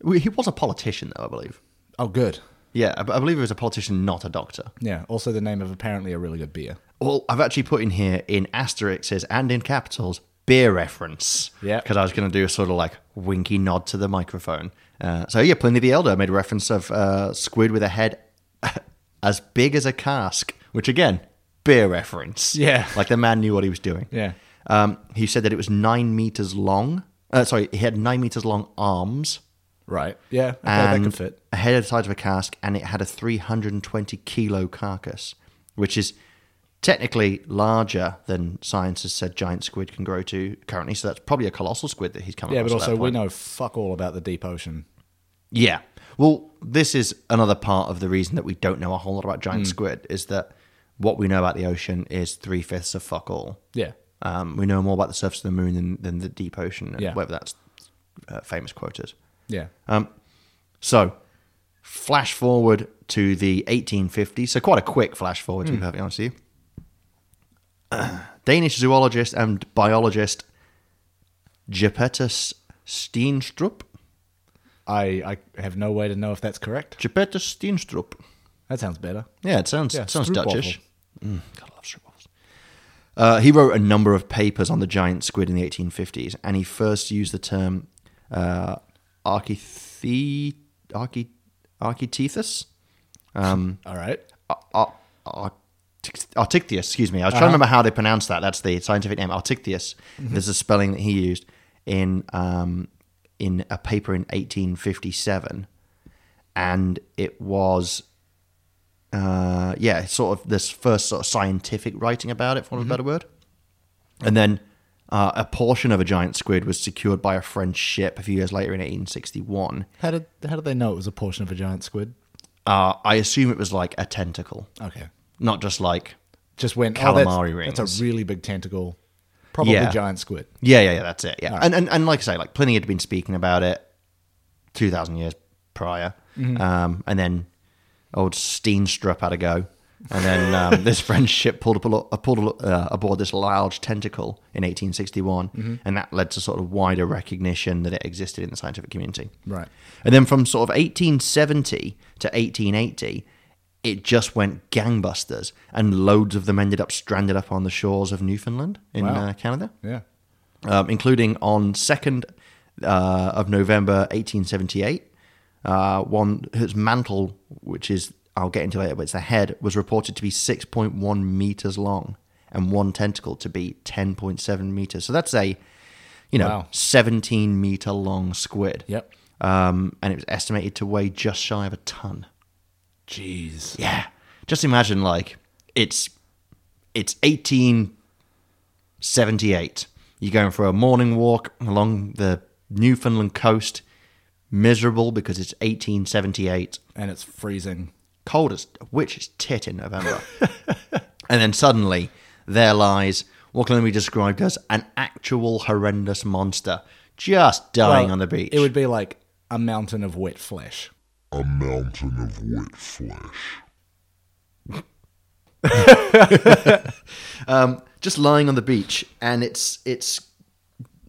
Speaker 1: We- He was a politician, though, I believe.
Speaker 2: Oh, good.
Speaker 1: Yeah, I I believe he was a politician, not a doctor.
Speaker 2: Yeah. Also, the name of apparently a really good beer.
Speaker 1: Well, I've actually put in here in asterisks and in capitals beer reference.
Speaker 2: Yeah.
Speaker 1: Because I was going to do a sort of like winky nod to the microphone. Uh, so yeah, Pliny the Elder made reference of uh, squid with a head (laughs) as big as a cask, which again, beer reference.
Speaker 2: Yeah.
Speaker 1: Like the man knew what he was doing.
Speaker 2: Yeah.
Speaker 1: Um, he said that it was nine meters long. Uh, sorry, he had nine meters long arms
Speaker 2: Right. Yeah. Okay, that
Speaker 1: and
Speaker 2: could fit.
Speaker 1: a head at the size of a cask, and it had a 320 kilo carcass, which is technically larger than science has said giant squid can grow to currently. So that's probably a colossal squid that he's come
Speaker 2: Yeah,
Speaker 1: across
Speaker 2: but
Speaker 1: at that
Speaker 2: also we
Speaker 1: point.
Speaker 2: know fuck all about the deep ocean.
Speaker 1: Yeah. Well, this is another part of the reason that we don't know a whole lot about giant
Speaker 2: Hmm.
Speaker 1: squid is that what we know about the ocean is three fifths of fuck all.
Speaker 2: Yeah.
Speaker 1: Um, we know more about the surface of the moon than, than the deep ocean,
Speaker 2: Yeah.
Speaker 1: whatever that's uh, famous quote is. Um,
Speaker 2: Yeah.
Speaker 1: So, flash forward to the 1850s. So, quite a quick flash forward, to be perfectly honest with you. (clears throat) Danish zoologist and biologist Gepetus Steenstrup.
Speaker 2: I, I have no way to know if that's correct.
Speaker 1: Gepetus Steenstrup.
Speaker 2: That sounds better.
Speaker 1: Yeah, it sounds
Speaker 2: Yeah,
Speaker 1: it sounds
Speaker 2: stroopwafel.
Speaker 1: Dutchish. Mm, God, I love stroopwafels. Uh, he wrote a number of papers on the giant squid in the 1850s, and he first used the term uh, archithe, archi, architethus.
Speaker 2: All right.
Speaker 1: Ar- Ar- Artictius, excuse me. I was trying to remember how they pronounce that. That's the scientific name, Artictius. There's a spelling that he used in um, in a paper in 1857, and it was, uh, yeah, sort of this first sort of scientific writing about it, for want of a better word. And then uh, a portion of a giant squid was secured by a French ship a few years later in 1861.
Speaker 2: How did how did they know it was a portion of a giant squid?
Speaker 1: Uh, I assume it was like a tentacle,
Speaker 2: Okay.
Speaker 1: not just like
Speaker 2: Just went oh, that's-
Speaker 1: Calamari
Speaker 2: that's,
Speaker 1: rings.
Speaker 2: a really big tentacle. Probably
Speaker 1: Yeah.
Speaker 2: giant squid.
Speaker 1: Yeah, yeah, yeah. That's it. Yeah, and, and and like I say, like Pliny had been speaking about it two thousand years prior,
Speaker 2: Mm-hmm.
Speaker 1: um, and then old Steenstrup had a go, and then um,
Speaker 2: (laughs)
Speaker 1: this French ship pulled up a lo- uh, pulled a lo- uh, aboard this large tentacle in eighteen
Speaker 2: Mm-hmm.
Speaker 1: and that led to sort of wider recognition that it existed in the scientific community.
Speaker 2: Right.
Speaker 1: And then from sort of 1870 to 1880, it just went gangbusters, and loads of them ended up stranded up on the shores of Newfoundland in
Speaker 2: Wow.
Speaker 1: uh, Canada
Speaker 2: Yeah.
Speaker 1: um, including on 2nd uh, of November 1878. Uh, one whose mantle, which is, I'll get into later, but it's the head, was reported to be 6.1 meters long and one tentacle to be 10.7 meters. So that's a, you know,
Speaker 2: Wow.
Speaker 1: 17 meter long squid.
Speaker 2: Yep.
Speaker 1: Um, and it was estimated to weigh just shy of a ton.
Speaker 2: Jeez.
Speaker 1: Yeah. Just imagine like it's it's 1878. You're going for a morning walk along the Newfoundland coast, miserable because it's 1878.
Speaker 2: And it's freezing.
Speaker 1: Cold as witch's tit in
Speaker 2: (laughs)
Speaker 1: November. and then suddenly there lies what can only be described as an actual horrendous monster just dying
Speaker 2: Well,
Speaker 1: on the beach.
Speaker 2: It would be like a mountain of wet flesh.
Speaker 3: a mountain of wet flesh.
Speaker 1: just lying on the beach and it's it's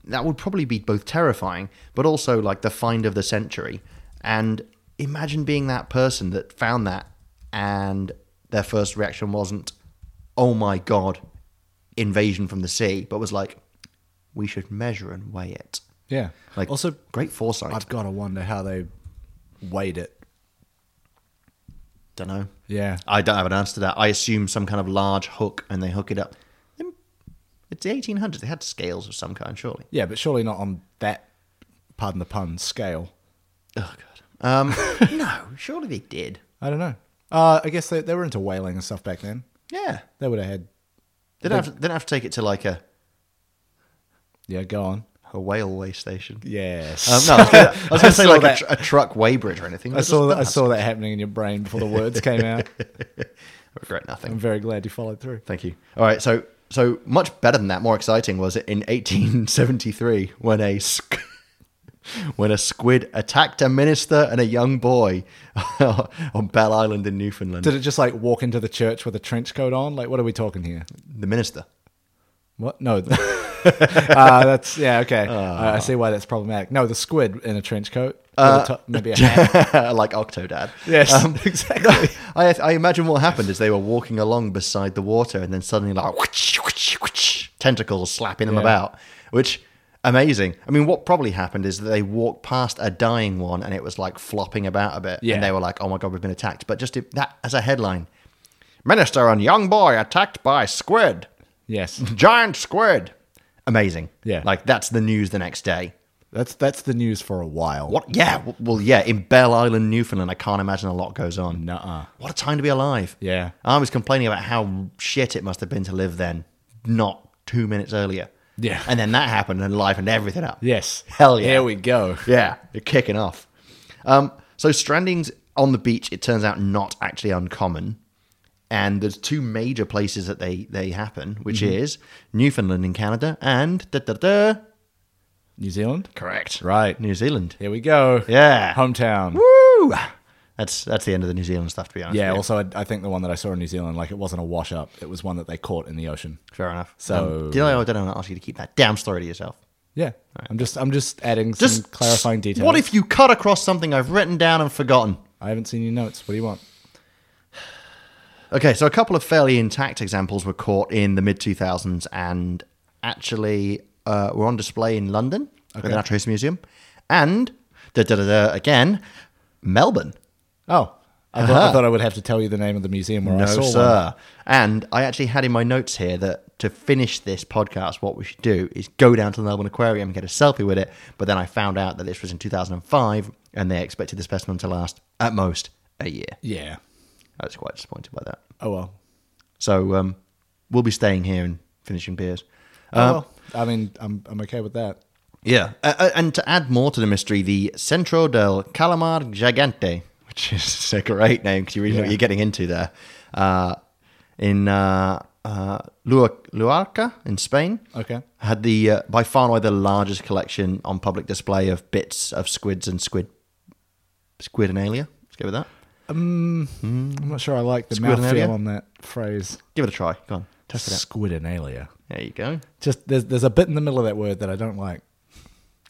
Speaker 1: that would probably be both terrifying but also like the find of the century and imagine being that person that found that and their first reaction wasn't oh my god invasion from the sea but was like we should measure and weigh it
Speaker 2: Yeah.
Speaker 1: like
Speaker 2: also,
Speaker 1: great foresight
Speaker 2: I've got to wonder how they weighed it.
Speaker 1: don't know
Speaker 2: Yeah.
Speaker 1: i don't have an answer to that i assume some kind of large hook and they hook it up it's the 1800s they had scales of some kind surely
Speaker 2: Yeah, but surely not on that, pardon the pun, scale.
Speaker 1: Oh god. (laughs) Um, no, surely they did.
Speaker 2: I don't know. Uh, I guess they, they were into whaling and stuff back then.
Speaker 1: Yeah,
Speaker 2: They would have had.
Speaker 1: they don't have to, they don't have to take it to like a,
Speaker 2: Yeah, go on.
Speaker 1: a whale way station.
Speaker 2: Yes.
Speaker 1: Um, no, I was gonna- (laughs) I was
Speaker 2: I
Speaker 1: going to say
Speaker 2: saw
Speaker 1: like a,
Speaker 2: that.
Speaker 1: tr- a truck weighbridge or anything.
Speaker 2: I saw that. I saw that happening in your brain before the words
Speaker 1: (laughs)
Speaker 2: came out.
Speaker 1: I regret
Speaker 2: I'm
Speaker 1: nothing.
Speaker 2: very glad you followed through.
Speaker 1: Thank you. All right, so so much better than that. More exciting was it in 1873 when a sc- (laughs) when a squid attacked a minister and a young boy (laughs) on Belle Island in Newfoundland.
Speaker 2: Did it just like walk into the church with a trench coat on? Like, what are we talking here?
Speaker 1: the minister. (laughs)
Speaker 2: What? No. uh, that's yeah okay.
Speaker 1: Ah.
Speaker 2: Uh, I see why that's problematic. No, the squid in a trench coat,
Speaker 1: Uh,
Speaker 2: Or the top-
Speaker 1: (laughs)
Speaker 2: maybe a hat.
Speaker 1: like Octodad. Um,
Speaker 2: Yes, (laughs) exactly.
Speaker 1: (laughs) I, I imagine what happened is they were walking along beside the water and then suddenly like whoosh, whoosh, whoosh, tentacles slapping them
Speaker 2: Yeah.
Speaker 1: about, which amazing. I mean, what probably happened is that they walked past a dying one and it was like flopping about a bit,
Speaker 2: Yeah.
Speaker 1: and they were like, "Oh my god, we've been attacked!" But just if that as a headline: Minister and young boy attacked by squid,
Speaker 2: Yes,
Speaker 1: giant squid. Amazing.
Speaker 2: Yeah.
Speaker 1: like that's the news the next day.
Speaker 2: that's that's the news for a while.
Speaker 1: What? Yeah. w- Well, yeah. In Belle Island, Newfoundland, I can't imagine a lot goes on.
Speaker 2: Nuh-uh.
Speaker 1: What a time to be alive.
Speaker 2: Yeah.
Speaker 1: I was complaining about how shit it must have been to live then, not two minutes earlier.
Speaker 2: Yeah.
Speaker 1: And then that happened and livened everything up.
Speaker 2: Yes.
Speaker 1: Hell yeah.
Speaker 2: Here we go.
Speaker 1: Yeah. You're kicking off. Um, so strandings on the beach, it turns out not actually uncommon. And there's two major places that they, they happen, which
Speaker 2: Mm-hmm.
Speaker 1: is Newfoundland in Canada and da da da.
Speaker 2: New Zealand.
Speaker 1: Correct.
Speaker 2: Right.
Speaker 1: New Zealand.
Speaker 2: Here we go.
Speaker 1: Yeah.
Speaker 2: Hometown.
Speaker 1: Woo! That's that's the end of the New Zealand stuff, to be honest.
Speaker 2: Yeah.
Speaker 1: with
Speaker 2: Also, I, I think the one that I saw in New Zealand, like it wasn't a wash up. It was one that they caught in the ocean.
Speaker 1: you. fair enough.
Speaker 2: So-
Speaker 1: um, do you know, I don't want to ask you to keep that damn story to yourself.
Speaker 2: Yeah. I'm just I'm just adding some
Speaker 1: Just
Speaker 2: clarifying
Speaker 1: s-
Speaker 2: details.
Speaker 1: What if you cut across something I've written down and forgotten?
Speaker 2: I haven't seen your notes? What do you want?
Speaker 1: Okay, so a couple of fairly intact examples were caught in the mid 2000s and actually uh, were on display in London at the Natural History Museum and da, da, da, da, again, Melbourne.
Speaker 2: Oh. I, thought, I thought I would have to tell you the name of the museum where I
Speaker 1: Uh-huh. No,
Speaker 2: saw one.
Speaker 1: sir. And I actually had in my notes here that to finish this podcast, what we should do is go down to the Melbourne Aquarium and get a selfie with it. But then I found out that this was in 2005 and they expected the specimen to last at most a year.
Speaker 2: Yeah.
Speaker 1: I was quite disappointed by that.
Speaker 2: Oh well.
Speaker 1: So um, we'll be staying here and finishing beers. Uh,
Speaker 2: Oh
Speaker 1: Uh-huh.
Speaker 2: well. I mean, I'm I'm okay with that.
Speaker 1: Yeah. Uh, uh, and to add more to the mystery, the Centro del Calamar Gigante, which is (laughs) a great name because you really know what
Speaker 2: Yeah.
Speaker 1: you're getting into there, uh, in uh, uh, Lu- Luarca in Spain.
Speaker 2: Okay.
Speaker 1: Had the uh, by far and away the largest collection on public display of bits of squids and squid squidinalia. Let's go with that.
Speaker 2: I'm not sure I like the
Speaker 1: Hmm. Squidinalia?
Speaker 2: mouthfeel on that phrase.
Speaker 1: Give it a try. Go on. Test it out.
Speaker 2: Squidinalia.
Speaker 1: There you go.
Speaker 2: Just there's there's a bit in the middle of that word that I don't like.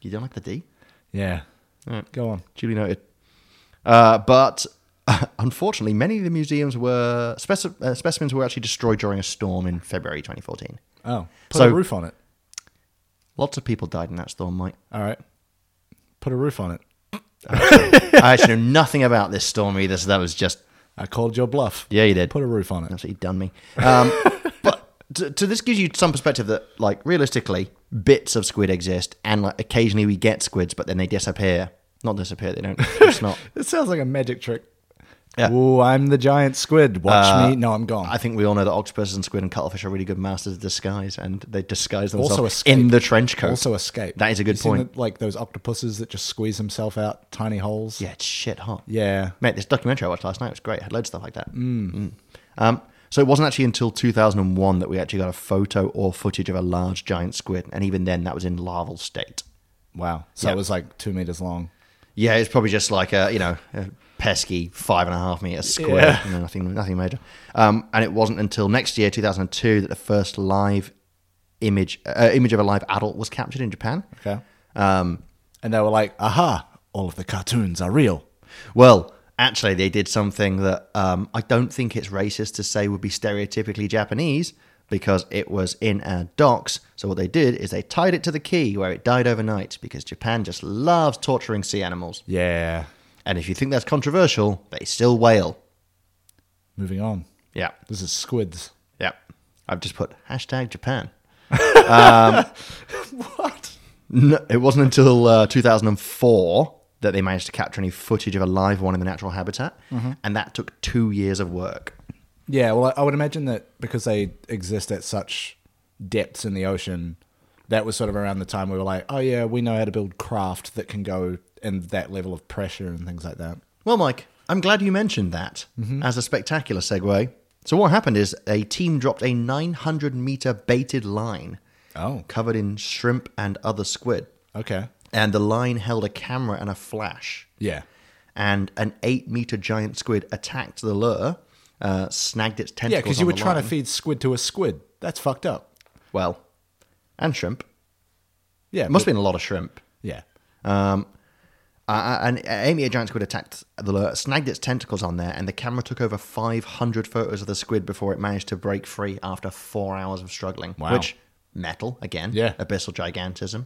Speaker 1: You don't like the D?
Speaker 2: Yeah.
Speaker 1: Hmm.
Speaker 2: Go on.
Speaker 1: Duly noted. Uh, but (laughs) unfortunately, many of the museums were speci- uh, specimens were actually destroyed during a storm in February 2014.
Speaker 2: Oh, put
Speaker 1: So-
Speaker 2: a roof on it.
Speaker 1: Lots of people died in that storm, Mike.
Speaker 2: All right. Put a roof on it.
Speaker 1: I actually know nothing about this storm either, so that was just
Speaker 2: I called your bluff.
Speaker 1: yeah, you did.
Speaker 2: Put a roof on it.
Speaker 1: Absolutely done me. Um, but so so this gives you some perspective that, like, realistically, bits of squid exist, and like occasionally we get squids, but then they disappear. Not disappear. They don't. It's not.
Speaker 2: It sounds like a magic trick.
Speaker 1: Yeah.
Speaker 2: Ooh, I'm the giant squid. Watch
Speaker 1: Uh,
Speaker 2: me. No, I'm gone.
Speaker 1: I think we all know that octopus and squid and cuttlefish are really good masters of disguise, and they disguise
Speaker 2: Also
Speaker 1: themselves
Speaker 2: escape.
Speaker 1: in the trench coat.
Speaker 2: also escape.
Speaker 1: That is a
Speaker 2: You
Speaker 1: good
Speaker 2: seen
Speaker 1: point.
Speaker 2: the- like those octopuses that just squeeze themselves out tiny holes.
Speaker 1: yeah, it's shit hot.
Speaker 2: Yeah.
Speaker 1: mate, this documentary I watched last night was great. It had loads of stuff like that. Mm. Um, so it wasn't actually until 2001 that we actually got a photo or footage of a large giant squid, and even then, that was in larval state.
Speaker 2: Wow. So
Speaker 1: Yeah.
Speaker 2: it was like two meters long.
Speaker 1: Yeah, it's probably just like a you know a pesky five and a half meter square,
Speaker 2: Yeah.
Speaker 1: you know, nothing nothing major. Um, and it wasn't until next year, two thousand and two, that the first live image uh, image of a live adult was captured in Japan.
Speaker 2: Okay.
Speaker 1: Um,
Speaker 2: And they were like, aha, all of the cartoons are real.
Speaker 1: well, actually, they did something that um, I don't think it's racist to say would be stereotypically Japanese because it was in a docks. So what they did is they tied it to the quay where it died overnight because Japan just loves torturing sea animals.
Speaker 2: Yeah.
Speaker 1: And if you think that's controversial, they still wail.
Speaker 2: Moving on.
Speaker 1: Yeah.
Speaker 2: This is squids. (laughs)
Speaker 1: Yeah. I've just put hashtag Japan.
Speaker 2: What?
Speaker 1: No, it wasn't until uh, 2004 that they managed to capture any footage of a live one in the natural habitat. And that took two years of work.
Speaker 2: Yeah, well, I, I would imagine that because they exist at such depths in the ocean, that was sort of around the time we were like, oh, yeah, we know how to build craft that can go in that level of pressure and things like that.
Speaker 1: Well, Mike, I'm glad you mentioned that
Speaker 2: Mm-hmm.
Speaker 1: as a spectacular segue. So, what happened is a team dropped a 900 meter baited line
Speaker 2: Oh,
Speaker 1: covered in shrimp and other squid.
Speaker 2: okay.
Speaker 1: and the line held a camera and a flash.
Speaker 2: Yeah.
Speaker 1: And an eight meter giant squid attacked the lure, uh, snagged its tentacles.
Speaker 2: Yeah, because
Speaker 1: on
Speaker 2: you were
Speaker 1: the
Speaker 2: trying to
Speaker 1: line.
Speaker 2: feed squid to a squid. That's fucked up.
Speaker 1: well, and shrimp.
Speaker 2: Yeah.
Speaker 1: It must
Speaker 2: but-
Speaker 1: have been a lot of shrimp.
Speaker 2: Yeah.
Speaker 1: Uh, and Amy a giant squid attacked the lure, snagged its tentacles on there, and the camera took over 500 photos of the squid before it managed to break free after four hours of struggling.
Speaker 2: Wow.
Speaker 1: Which, metal, again,
Speaker 2: Yeah.
Speaker 1: abyssal gigantism.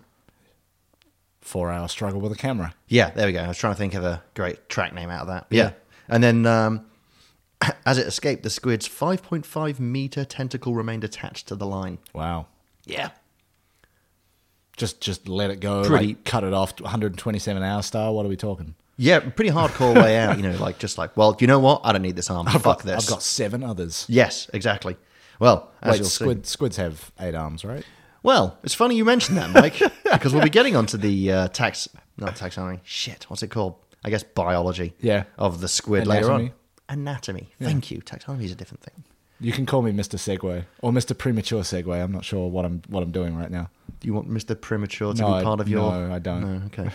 Speaker 2: Four hour struggle with a camera.
Speaker 1: Yeah, there we go. I was trying to think of a great track name out of that.
Speaker 2: Yeah.
Speaker 1: Yeah. And then um, (clears throat) as it escaped, the squid's 5.5 meter tentacle remained attached to the line.
Speaker 2: Wow.
Speaker 1: Yeah.
Speaker 2: Just just let it go.
Speaker 1: Pretty-
Speaker 2: like, cut it off. 127 hour star. What are we talking?
Speaker 1: Yeah, pretty hardcore way out, you know, like just like, well, you know what? I don't need this arm. Fuck
Speaker 2: got,
Speaker 1: this.
Speaker 2: (laughs) I've got seven others.
Speaker 1: Yes, exactly. Well, as
Speaker 2: Wait,
Speaker 1: you'll see-
Speaker 2: squid, squids have eight arms, right?
Speaker 1: Well, it's funny you mentioned that, (laughs) Mike, because we'll be getting onto the uh, tax, not taxonomy, shit, what's it called? I guess biology.
Speaker 2: Yeah.
Speaker 1: Of the squid later on.
Speaker 2: Anatomy.
Speaker 1: Anatomy. Thank you. Taxonomy is a different thing.
Speaker 2: You can call me Mr. Segway or Mr. Premature Segway. I'm not sure what I'm what I'm doing right now.
Speaker 1: Do you want Mr. Premature to
Speaker 2: No, I-
Speaker 1: be part of your?
Speaker 2: no, I don't.
Speaker 1: No, (laughs) okay.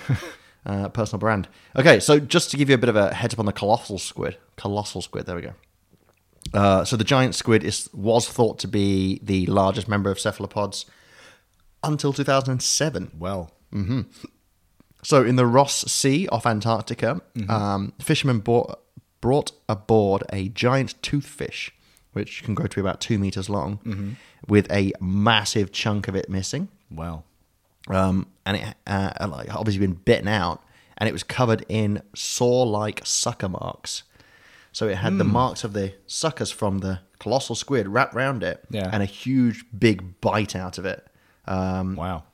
Speaker 1: uh, personal brand. Okay, so just to give you a bit of a heads up on the colossal squid, colossal squid. There we go. Uh, so the giant squid is was thought to be the largest member of cephalopods until 2007.
Speaker 2: Well,
Speaker 1: So in the Ross Sea off Antarctica, um, fishermen bought, brought aboard a giant toothfish, which can grow to be about two meters long, with a massive chunk of it missing,
Speaker 2: well,
Speaker 1: um, and it uh, and, like, obviously been bitten out, and it was covered in saw-like sucker marks. So it had the marks of the suckers from the colossal squid wrapped around it,
Speaker 2: Yeah.
Speaker 1: and a huge big bite out of it. Um,
Speaker 2: wow.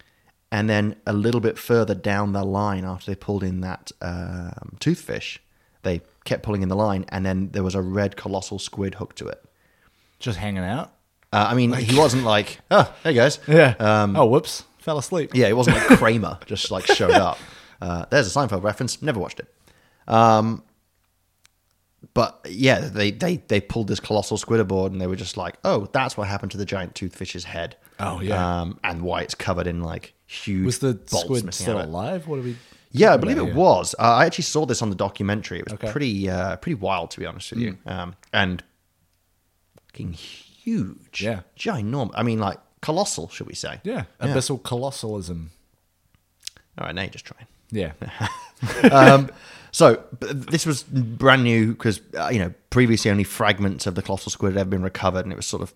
Speaker 1: and then a little bit further down the line, after they pulled in that um, toothfish, they kept pulling in the line, and then there was a red colossal squid hooked to it.
Speaker 2: Just hanging out.
Speaker 1: Uh, I mean, he wasn't like, oh, hey guys.
Speaker 2: (laughs) Yeah. Um, oh, whoops. Fell asleep.
Speaker 1: Yeah, it wasn't like Kramer (laughs) just like showed up. Uh, there's a Seinfeld reference. Never watched it. Um, but yeah, they, they they pulled this colossal squid aboard, and they were just like, oh, that's what happened to the giant toothfish's head.
Speaker 2: Oh, yeah.
Speaker 1: um, and why it's covered in like huge.
Speaker 2: Was the
Speaker 1: bolts
Speaker 2: squid
Speaker 1: missing out
Speaker 2: still
Speaker 1: of it.
Speaker 2: alive? What are we?
Speaker 1: Yeah, I believe it
Speaker 2: Yeah.
Speaker 1: was. Uh, I actually saw this on the documentary. It was
Speaker 2: Okay. Mm.
Speaker 1: pretty uh, pretty wild, to be honest with you. Um, and fucking huge.
Speaker 2: Yeah.
Speaker 1: Ginormous. I mean, like, colossal, should we say.
Speaker 2: Yeah. Abyssal colossalism.
Speaker 1: All right, now you're just trying.
Speaker 2: (laughs) Yeah.
Speaker 1: um, so b- this was brand new because uh, you know previously only fragments of the colossal squid had ever been recovered, and it was sort of,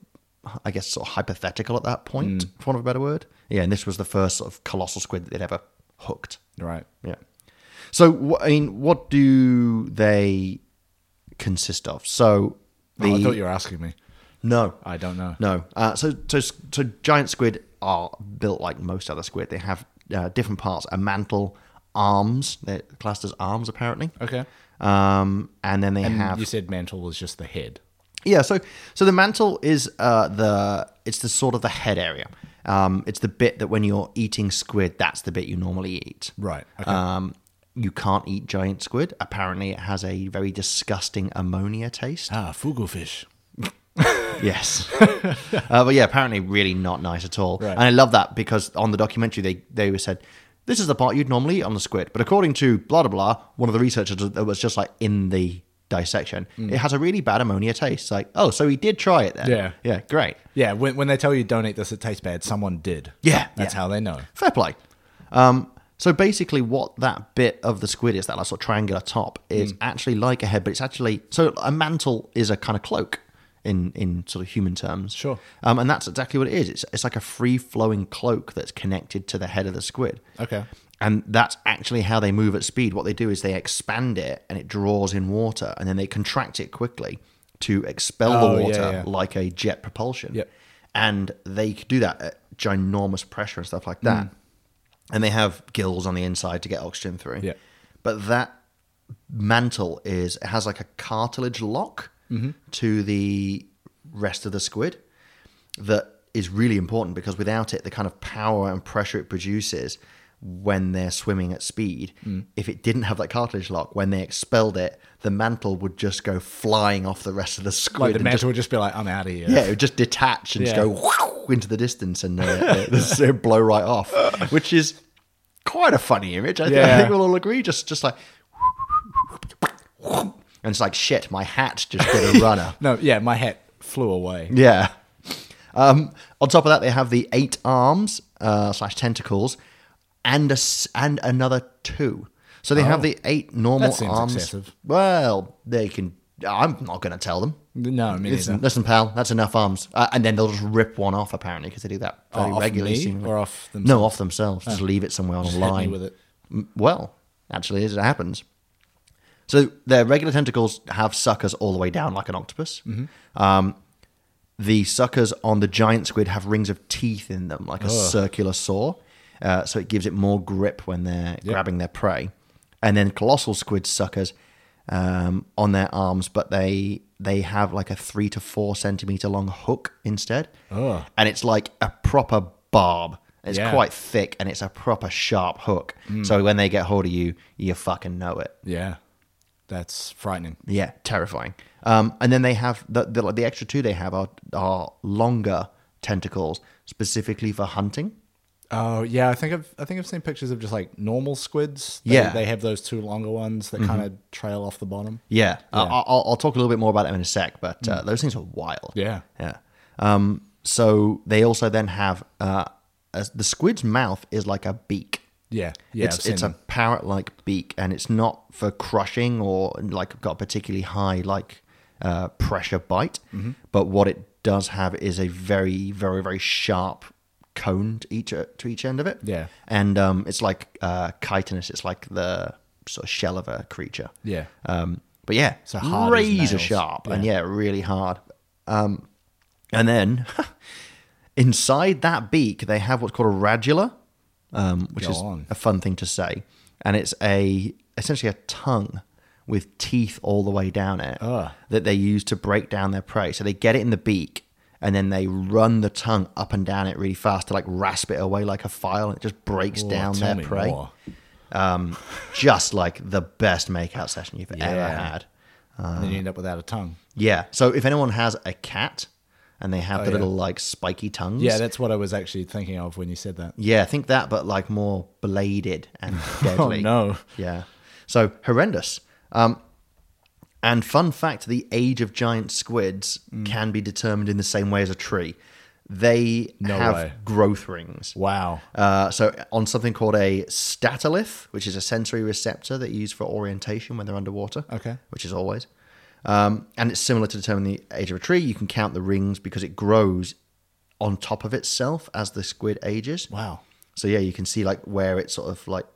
Speaker 1: I guess, sort of hypothetical at that point,
Speaker 2: Mm.
Speaker 1: for want of a better word. Yeah, and this was the first sort of colossal squid that they'd ever hooked.
Speaker 2: right.
Speaker 1: Yeah. So wh- I mean, what do they consist of? So the
Speaker 2: oh, I thought you were asking me.
Speaker 1: no,
Speaker 2: I don't know.
Speaker 1: no. Uh, so, so, so giant squid are built like most other squid. They have uh, different parts: a mantle, arms. They're classed as arms, apparently.
Speaker 2: Okay.
Speaker 1: Um, and then they
Speaker 2: And
Speaker 1: have
Speaker 2: you said mantle was just the head.
Speaker 1: yeah. So, so the mantle is uh, the it's the sort of the head area. Um, it's the bit that when you're eating squid, that's the bit you normally eat.
Speaker 2: Right. Okay.
Speaker 1: Um, you can't eat giant squid. Apparently, it has a very disgusting ammonia
Speaker 2: (laughs)
Speaker 1: taste.
Speaker 2: ah, fugu fish. (laughs)
Speaker 1: Yes. uh, but yeah, apparently really not nice at all.
Speaker 2: Right.
Speaker 1: And I love that because on the documentary they they were said this is the part you'd normally eat on the squid, but according to blah blah blah, one of the researchers that was just like in the dissection, it has a really bad ammonia taste. Like, oh, so he did try it then.
Speaker 2: Hmm. Yeah.
Speaker 1: Yeah, great.
Speaker 2: Yeah. When, when they tell you don't eat this, it tastes bad. Someone did.
Speaker 1: Yeah,
Speaker 2: That's
Speaker 1: yeah.
Speaker 2: how they know.
Speaker 1: Fair play. Um, so basically, what that bit of the squid is, that like sort of triangular top, is actually like a head, but it's actually so a mantle is a kind of cloak in in sort of human terms.
Speaker 2: Sure.
Speaker 1: Um, and that's exactly what it is. It's it's like a free flowing cloak that's connected to the head of the squid.
Speaker 2: Okay.
Speaker 1: And that's actually how they move at speed. What they do is they expand it and it draws in water, and then they contract it quickly to expel
Speaker 2: Oh,
Speaker 1: the
Speaker 2: yeah,
Speaker 1: water
Speaker 2: yeah.
Speaker 1: like a jet propulsion.
Speaker 2: Yep.
Speaker 1: And they could do that at ginormous pressure and stuff like
Speaker 2: Mm.
Speaker 1: that. And they have gills on the inside to get oxygen through.
Speaker 2: Yep.
Speaker 1: But that mantle is it has like a cartilage lock
Speaker 2: Mm-hmm.
Speaker 1: to the rest of the squid that is really important because without it, the kind of power and pressure it produces when they're swimming at speed,
Speaker 2: Mm.
Speaker 1: if it didn't have that cartilage lock, when they expelled it, the mantle would just go flying off the rest of the squid.
Speaker 2: Like the
Speaker 1: and
Speaker 2: mantle
Speaker 1: just-
Speaker 2: would just be like, I'm out of here.
Speaker 1: yeah, it would just detach and
Speaker 2: Yeah.
Speaker 1: (laughs)
Speaker 2: (laughs)
Speaker 1: just go into the distance and uh, it would blow right off, which is quite a funny image. I, think, I
Speaker 2: Yeah.
Speaker 1: think we'll all agree. Just just like, (laughs) and it's like shit. My hat just
Speaker 2: (laughs)
Speaker 1: did a runner.
Speaker 2: No, yeah, my hat flew away.
Speaker 1: Yeah. Um, on top of that, they have the eight arms uh, slash tentacles, and a s and another two. So they have the eight normal
Speaker 2: Oh. That seems
Speaker 1: arms.
Speaker 2: excessive.
Speaker 1: Well, they can. I'm not going to tell them.
Speaker 2: No, me
Speaker 1: Listen,
Speaker 2: neither.
Speaker 1: listen, pal, that's enough arms. Uh, and then they'll just rip one off, apparently, because they do that very
Speaker 2: off
Speaker 1: regularly.
Speaker 2: me
Speaker 1: seemingly.
Speaker 2: or off
Speaker 1: No,
Speaker 2: themselves? Oh.
Speaker 1: off themselves. Just leave it somewhere on a
Speaker 2: Hit me
Speaker 1: line.
Speaker 2: with it.
Speaker 1: M- Well, actually, as it happens. So their regular tentacles have suckers all the way down, like an octopus.
Speaker 2: Mm-hmm.
Speaker 1: Um, the suckers on the giant squid have rings of teeth in them, like a circular saw. Uh, so it gives it more grip when they're grabbing their prey. And then colossal squid suckers um, on their arms, but they they have like a three to four centimeter long hook instead,
Speaker 2: Ugh.
Speaker 1: and it's like a proper barb. It's
Speaker 2: Yeah. Mm.
Speaker 1: quite thick and it's a proper sharp hook. So when they get hold of you, you fucking know it.
Speaker 2: Yeah, that's frightening.
Speaker 1: Yeah, terrifying. Um, and then they have the, the the extra two they have are are longer tentacles specifically for hunting.
Speaker 2: Oh yeah, I think I've I think I've seen pictures of just like normal squids. They,
Speaker 1: Yeah. Mm-hmm.
Speaker 2: they have those two longer ones that kind of trail off the bottom.
Speaker 1: Yeah, I I- Uh, I'll, I'll talk a little bit more about them in a sec, but uh, those things are wild.
Speaker 2: Yeah.
Speaker 1: yeah. Um, so they also then have uh, a, the squid's mouth is like a beak.
Speaker 2: Yeah, yeah. I've
Speaker 1: it's
Speaker 2: seen
Speaker 1: it's a
Speaker 2: them.
Speaker 1: parrot-like beak, and it's not for crushing or like got a particularly high like uh, pressure bite.
Speaker 2: Mm-hmm.
Speaker 1: But what it does have is a very, very, very sharp cone to each uh, to each end of it.
Speaker 2: Yeah.
Speaker 1: and um, it's like uh, chitinous. It's like the sort of shell of a creature.
Speaker 2: Yeah.
Speaker 1: Um, but yeah,
Speaker 2: So hard as
Speaker 1: razor
Speaker 2: nails.
Speaker 1: sharp, and yeah, really hard. Um, and then (laughs) inside that beak, they have what's called a radula, um, which
Speaker 2: Go
Speaker 1: is
Speaker 2: on.
Speaker 1: a fun thing to say, and it's a essentially a tongue with teeth all the way down it
Speaker 2: Ugh.
Speaker 1: that they use to break down their prey. So they get it in the beak. And then they run the tongue up and down it really fast to like rasp it away like a file, and it just breaks
Speaker 2: Oh,
Speaker 1: down
Speaker 2: tell
Speaker 1: their
Speaker 2: me
Speaker 1: prey
Speaker 2: more.
Speaker 1: just like the best makeout session you've ever
Speaker 2: Yeah.
Speaker 1: had.
Speaker 2: and
Speaker 1: Uh,
Speaker 2: then you end up without a tongue.
Speaker 1: Yeah. So if anyone has a cat and they have the
Speaker 2: Oh, yeah.
Speaker 1: little like spiky tongues,
Speaker 2: Yeah, that's what I was actually thinking of when you said that.
Speaker 1: yeah, think that, but like more bladed
Speaker 2: (laughs)
Speaker 1: and deadly.
Speaker 2: Oh, no.
Speaker 1: Yeah. So horrendous. Um, and fun fact: the age of giant squids
Speaker 2: Mm.
Speaker 1: can be determined in the same way as a tree. They
Speaker 2: No
Speaker 1: have
Speaker 2: way.
Speaker 1: growth rings.
Speaker 2: Wow.
Speaker 1: Uh, so on something called a statolith, which is a sensory receptor that you use for orientation when they're underwater.
Speaker 2: Okay.
Speaker 1: Which is always. Um, and it's similar to determine the age of a tree. You can count the rings because it grows on top of itself as the squid ages.
Speaker 2: Wow.
Speaker 1: So yeah, you can see like where it sort of like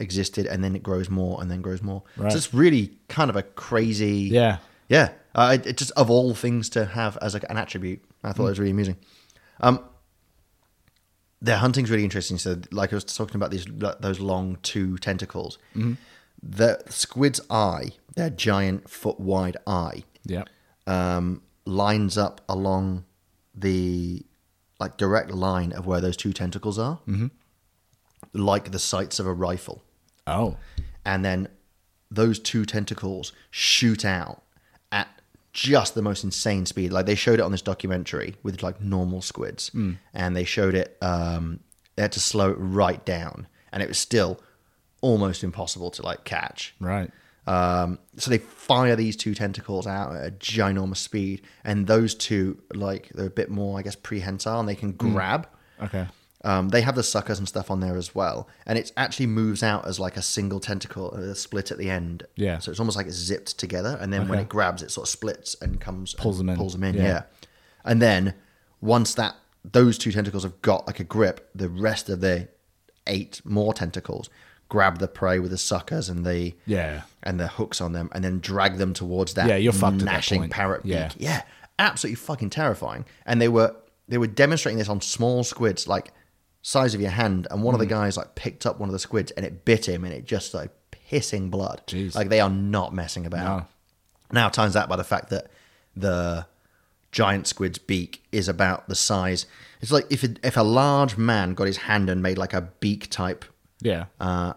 Speaker 1: existed and then it grows more and then grows more.
Speaker 2: Right.
Speaker 1: So it's really kind of a crazy.
Speaker 2: Yeah.
Speaker 1: Yeah. Uh, it, it just of all things to have as like an attribute. I thought it was really amusing. Um, their hunting's really interesting. So, like I was talking about these those long two tentacles, the squid's eye, their giant foot wide eye,
Speaker 2: Yeah.
Speaker 1: um, lines up along the like direct line of where those two tentacles are, like the sights of a rifle
Speaker 2: Oh.
Speaker 1: and then those two tentacles shoot out at just the most insane speed. Like they showed it on this documentary with like normal squids, and they showed it. Um, they had to slow it right down, and it was still almost impossible to like catch.
Speaker 2: Right.
Speaker 1: Um, so they fire these two tentacles out at a ginormous speed, and those two like they're a bit more, I guess, prehensile, and they can grab.
Speaker 2: Okay.
Speaker 1: Um, they have the suckers and stuff on there as well, and it actually moves out as like a single tentacle, uh, split at the end.
Speaker 2: Yeah.
Speaker 1: So it's almost like it's zipped together, and then when
Speaker 2: Okay.
Speaker 1: it grabs, it sort of splits and comes
Speaker 2: Pulls
Speaker 1: and
Speaker 2: them in.
Speaker 1: Pulls them in, yeah.
Speaker 2: Yeah.
Speaker 1: And then once that those two tentacles have got like a grip, the rest of the eight more tentacles grab the prey with the suckers and the
Speaker 2: Yeah.
Speaker 1: and the hooks on them, and then drag them towards that
Speaker 2: Yeah, you're fucked at that
Speaker 1: gnashing
Speaker 2: point.
Speaker 1: parrot beak.
Speaker 2: Yeah.
Speaker 1: Yeah, absolutely fucking terrifying. And they were they were demonstrating this on small squids, like size of your hand. And one of the
Speaker 2: Hmm.
Speaker 1: guys like picked up one of the squids and it bit him, and it just like pissing blood.
Speaker 2: Jeez.
Speaker 1: Like they are not messing about.
Speaker 2: No.
Speaker 1: Now times that by the fact that the giant squid's beak is about the size. It's like if it, if a large man got his hand and made like a beak type.
Speaker 2: Yeah.
Speaker 1: Uh,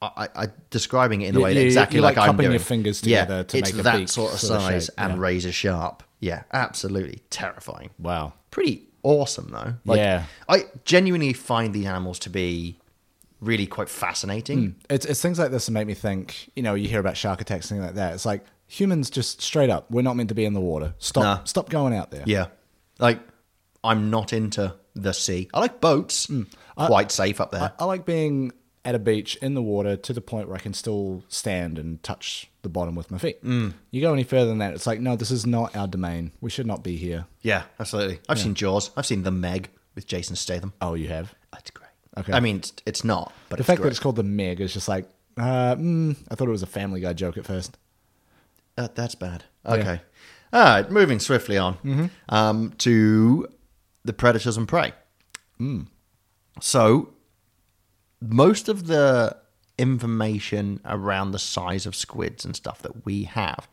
Speaker 1: I, I, I describing it in the
Speaker 2: Yeah,
Speaker 1: way that
Speaker 2: yeah,
Speaker 1: exactly
Speaker 2: you're,
Speaker 1: like,
Speaker 2: like,
Speaker 1: I'm
Speaker 2: cupping
Speaker 1: doing.
Speaker 2: your fingers together to
Speaker 1: it's
Speaker 2: make a
Speaker 1: that
Speaker 2: beak
Speaker 1: sort of
Speaker 2: sort of
Speaker 1: size
Speaker 2: shape,
Speaker 1: and
Speaker 2: yeah.
Speaker 1: razor sharp. Yeah, absolutely terrifying.
Speaker 2: wow.
Speaker 1: Pretty awesome though. Like,
Speaker 2: Yeah.
Speaker 1: I genuinely find these animals to be really quite fascinating.
Speaker 2: It's, it's things like this that make me think, you know, you hear about shark attacks, things like that. It's like humans just straight up, we're not meant to be in the water. Stop
Speaker 1: Nah.
Speaker 2: stop going out there.
Speaker 1: Yeah, like I'm not into the sea. I like boats. quite safe up there.
Speaker 2: Hmm. I, I like being at a beach in the water to the point where I can still stand and touch the bottom with my feet.
Speaker 1: Mm.
Speaker 2: You go any further than that, it's like, no, this is not our domain. We should not be here.
Speaker 1: yeah, absolutely. I've seen Jaws. I've seen The Meg with Jason Statham.
Speaker 2: Oh, you have?
Speaker 1: That's great.
Speaker 2: Okay.
Speaker 1: I mean, it's, it's not, but
Speaker 2: The
Speaker 1: it's
Speaker 2: fact
Speaker 1: great.
Speaker 2: that it's called the Meg is just like, uh, mm, I thought it was a Family Guy joke at first.
Speaker 1: Uh, that's bad. Okay. All right. Moving swiftly on um, to the predators and prey. Hmm. So, most of the information around the size of squids and stuff that we have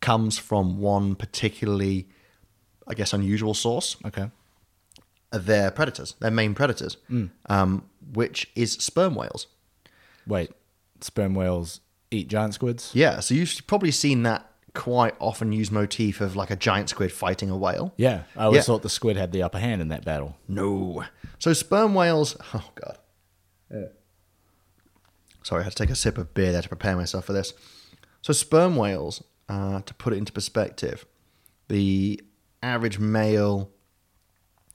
Speaker 1: comes from one particularly, I guess, unusual source.
Speaker 2: Okay.
Speaker 1: Their predators, their main predators, um, which is sperm whales.
Speaker 2: Wait, sperm whales eat giant squids?
Speaker 1: Yeah, so you've probably seen that quite often used motif of like a giant squid fighting a whale.
Speaker 2: Yeah. I always
Speaker 1: Yeah.
Speaker 2: thought the squid had the upper hand in that battle.
Speaker 1: No. So sperm whales. Oh god. Sorry, I had to take a sip of beer there to prepare myself for this. So sperm whales, uh, to put it into perspective, the average male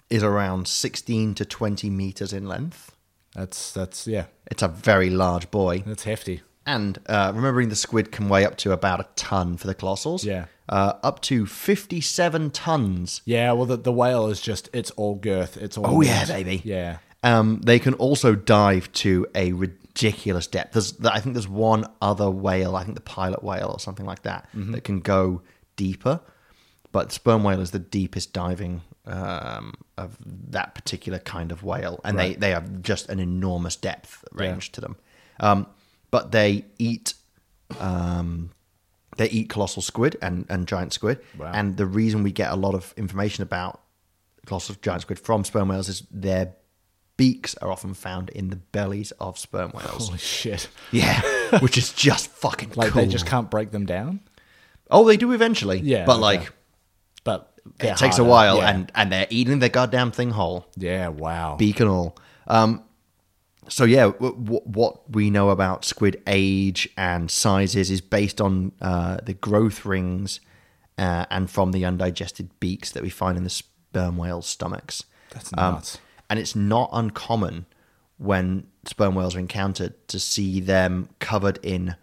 Speaker 1: is around 16 to 20 meters in length.
Speaker 2: That's, that's yeah,
Speaker 1: It's a very large boy.
Speaker 2: that's hefty.
Speaker 1: And uh, remembering the squid can weigh up to about a ton for the colossals.
Speaker 2: Yeah.
Speaker 1: Uh, up to 57 tons.
Speaker 2: Yeah, well, the, the whale is just, it's all girth. It's all.
Speaker 1: Oh, yeah,
Speaker 2: meat.
Speaker 1: baby.
Speaker 2: Yeah.
Speaker 1: Um, they can also dive to a ridiculous depth. There's, I think there's one other whale, I think the pilot whale or something like that, that can go deeper. But sperm whale is the deepest diving um, of that particular kind of whale, and they they have just an enormous depth range to them. Um, but they eat um, they eat colossal squid and, and giant squid.
Speaker 2: Wow.
Speaker 1: And the reason we get a lot of information about colossal giant squid from sperm whales is their beaks are often found in the bellies of sperm whales.
Speaker 2: Holy shit.
Speaker 1: (laughs) yeah, which is just fucking
Speaker 2: Oh, Like
Speaker 1: cool.
Speaker 2: they just can't break them down.
Speaker 1: oh, they do eventually.
Speaker 2: Yeah,
Speaker 1: but
Speaker 2: okay.
Speaker 1: like
Speaker 2: But
Speaker 1: it
Speaker 2: they're
Speaker 1: takes a
Speaker 2: harder.
Speaker 1: while,
Speaker 2: Yeah.
Speaker 1: and and they're eating their goddamn thing whole.
Speaker 2: yeah, wow.
Speaker 1: beak and all. Um, so yeah, w- w- what we know about squid age and sizes is based on uh, the growth rings uh, and from the undigested beaks that we find in the sperm whale's stomachs.
Speaker 2: That's
Speaker 1: Um,
Speaker 2: nuts.
Speaker 1: and it's not uncommon when sperm whales are encountered to see them covered in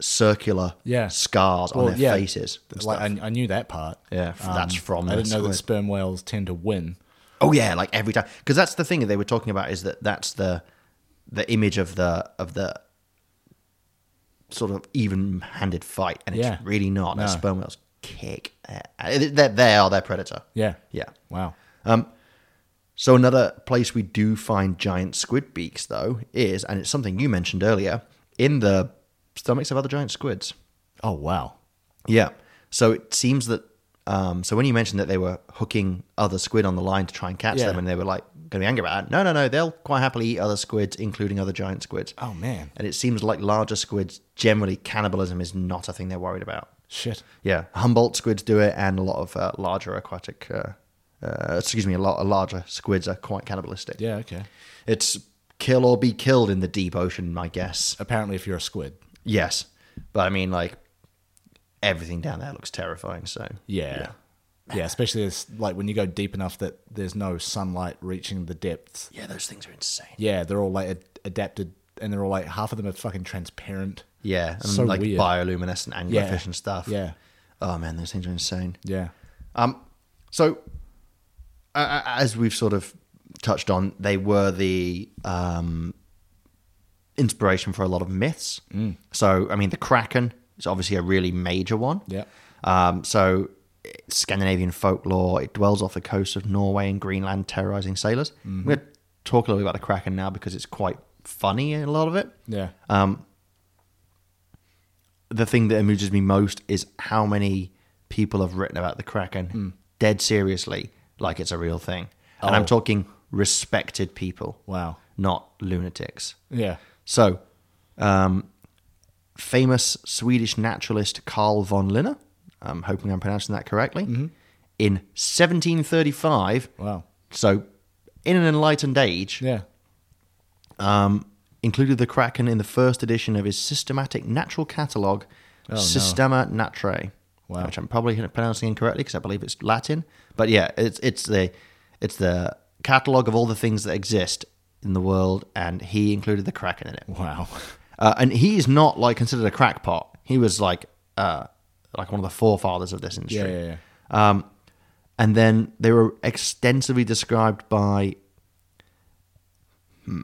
Speaker 1: circular
Speaker 2: Yeah.
Speaker 1: scars on
Speaker 2: Well,
Speaker 1: their
Speaker 2: yeah,
Speaker 1: faces. and
Speaker 2: like
Speaker 1: stuff.
Speaker 2: I, I knew that part. Um,
Speaker 1: Yeah, f- that's from
Speaker 2: I
Speaker 1: the
Speaker 2: didn't know that
Speaker 1: squid.
Speaker 2: sperm whales tend to win.
Speaker 1: Oh yeah, like every time because that's the thing that they were talking about is that that's the the image of the of the sort of even-handed fight, and
Speaker 2: Yeah.
Speaker 1: it's really not. No.
Speaker 2: No.
Speaker 1: Sperm whales kick. Their, they they are their predator.
Speaker 2: Yeah.
Speaker 1: Yeah.
Speaker 2: Wow.
Speaker 1: So another place we do find giant squid beaks, though, is and it's something you mentioned earlier in the stomachs of other giant squids.
Speaker 2: Oh wow.
Speaker 1: Yeah. So it seems that. Um, so when you mentioned that they were hooking other squid on the line to try and catch
Speaker 2: Yeah.
Speaker 1: them, and they were like going to be angry about it. No, no, no. They'll quite happily eat other squids, including other giant squids.
Speaker 2: Oh man.
Speaker 1: And it seems like larger squids generally cannibalism is not a thing they're worried about.
Speaker 2: Shit.
Speaker 1: Yeah, Humboldt squids do it, and a lot of uh, larger aquatic, uh, uh, excuse me, a lot of larger squids are quite cannibalistic.
Speaker 2: Yeah. Okay.
Speaker 1: It's kill or be killed in the deep ocean, I guess.
Speaker 2: Apparently, if you're a squid.
Speaker 1: Yes, but I mean, like everything down there looks terrifying. So
Speaker 2: Yeah. Yeah. especially as, like when you go deep enough that there's no sunlight reaching the depths.
Speaker 1: Yeah, those things are insane.
Speaker 2: Yeah, they're all like ad- adapted, and they're all like half of them are fucking transparent.
Speaker 1: Yeah, and
Speaker 2: So
Speaker 1: like
Speaker 2: weird.
Speaker 1: bioluminescent anglerfish
Speaker 2: Yeah.
Speaker 1: and stuff.
Speaker 2: Yeah.
Speaker 1: Oh man, those things are insane.
Speaker 2: Yeah.
Speaker 1: Um, so uh, as we've sort of touched on, they were the um inspiration for a lot of myths.
Speaker 2: Mm.
Speaker 1: So I mean, the kraken is obviously a really major one.
Speaker 2: Yeah.
Speaker 1: Um, so it's Scandinavian folklore, it dwells off the coast of Norway and Greenland, terrorizing sailors.
Speaker 2: Mm-hmm.
Speaker 1: I'm going to talk a little bit about the kraken now because it's quite funny in a lot of it.
Speaker 2: Yeah.
Speaker 1: the thing that amuses me most is how many people have written about the Kraken dead seriously, like it's a real thing. And I'm
Speaker 2: Oh.
Speaker 1: talking respected people,
Speaker 2: wow.
Speaker 1: not lunatics.
Speaker 2: Yeah.
Speaker 1: So, um, famous Swedish naturalist Carl von Linne, I'm hoping I'm pronouncing that correctly, in 1735,
Speaker 2: Wow.
Speaker 1: so in an enlightened age,
Speaker 2: Yeah.
Speaker 1: um, included the Kraken in the first edition of his systematic natural catalogue, Systema Naturae,
Speaker 2: Oh, Wow.
Speaker 1: which I'm probably pronouncing incorrectly because I believe it's Latin. But yeah, it's it's the it's the catalogue of all the things that exist in the world, and he included the Kraken in it.
Speaker 2: Wow. (laughs)
Speaker 1: Uh, and he is not like considered a crackpot. He was like uh, like one of the forefathers of this
Speaker 2: Yeah,
Speaker 1: industry.
Speaker 2: yeah, yeah.
Speaker 1: Um, and then they were extensively described by hmm,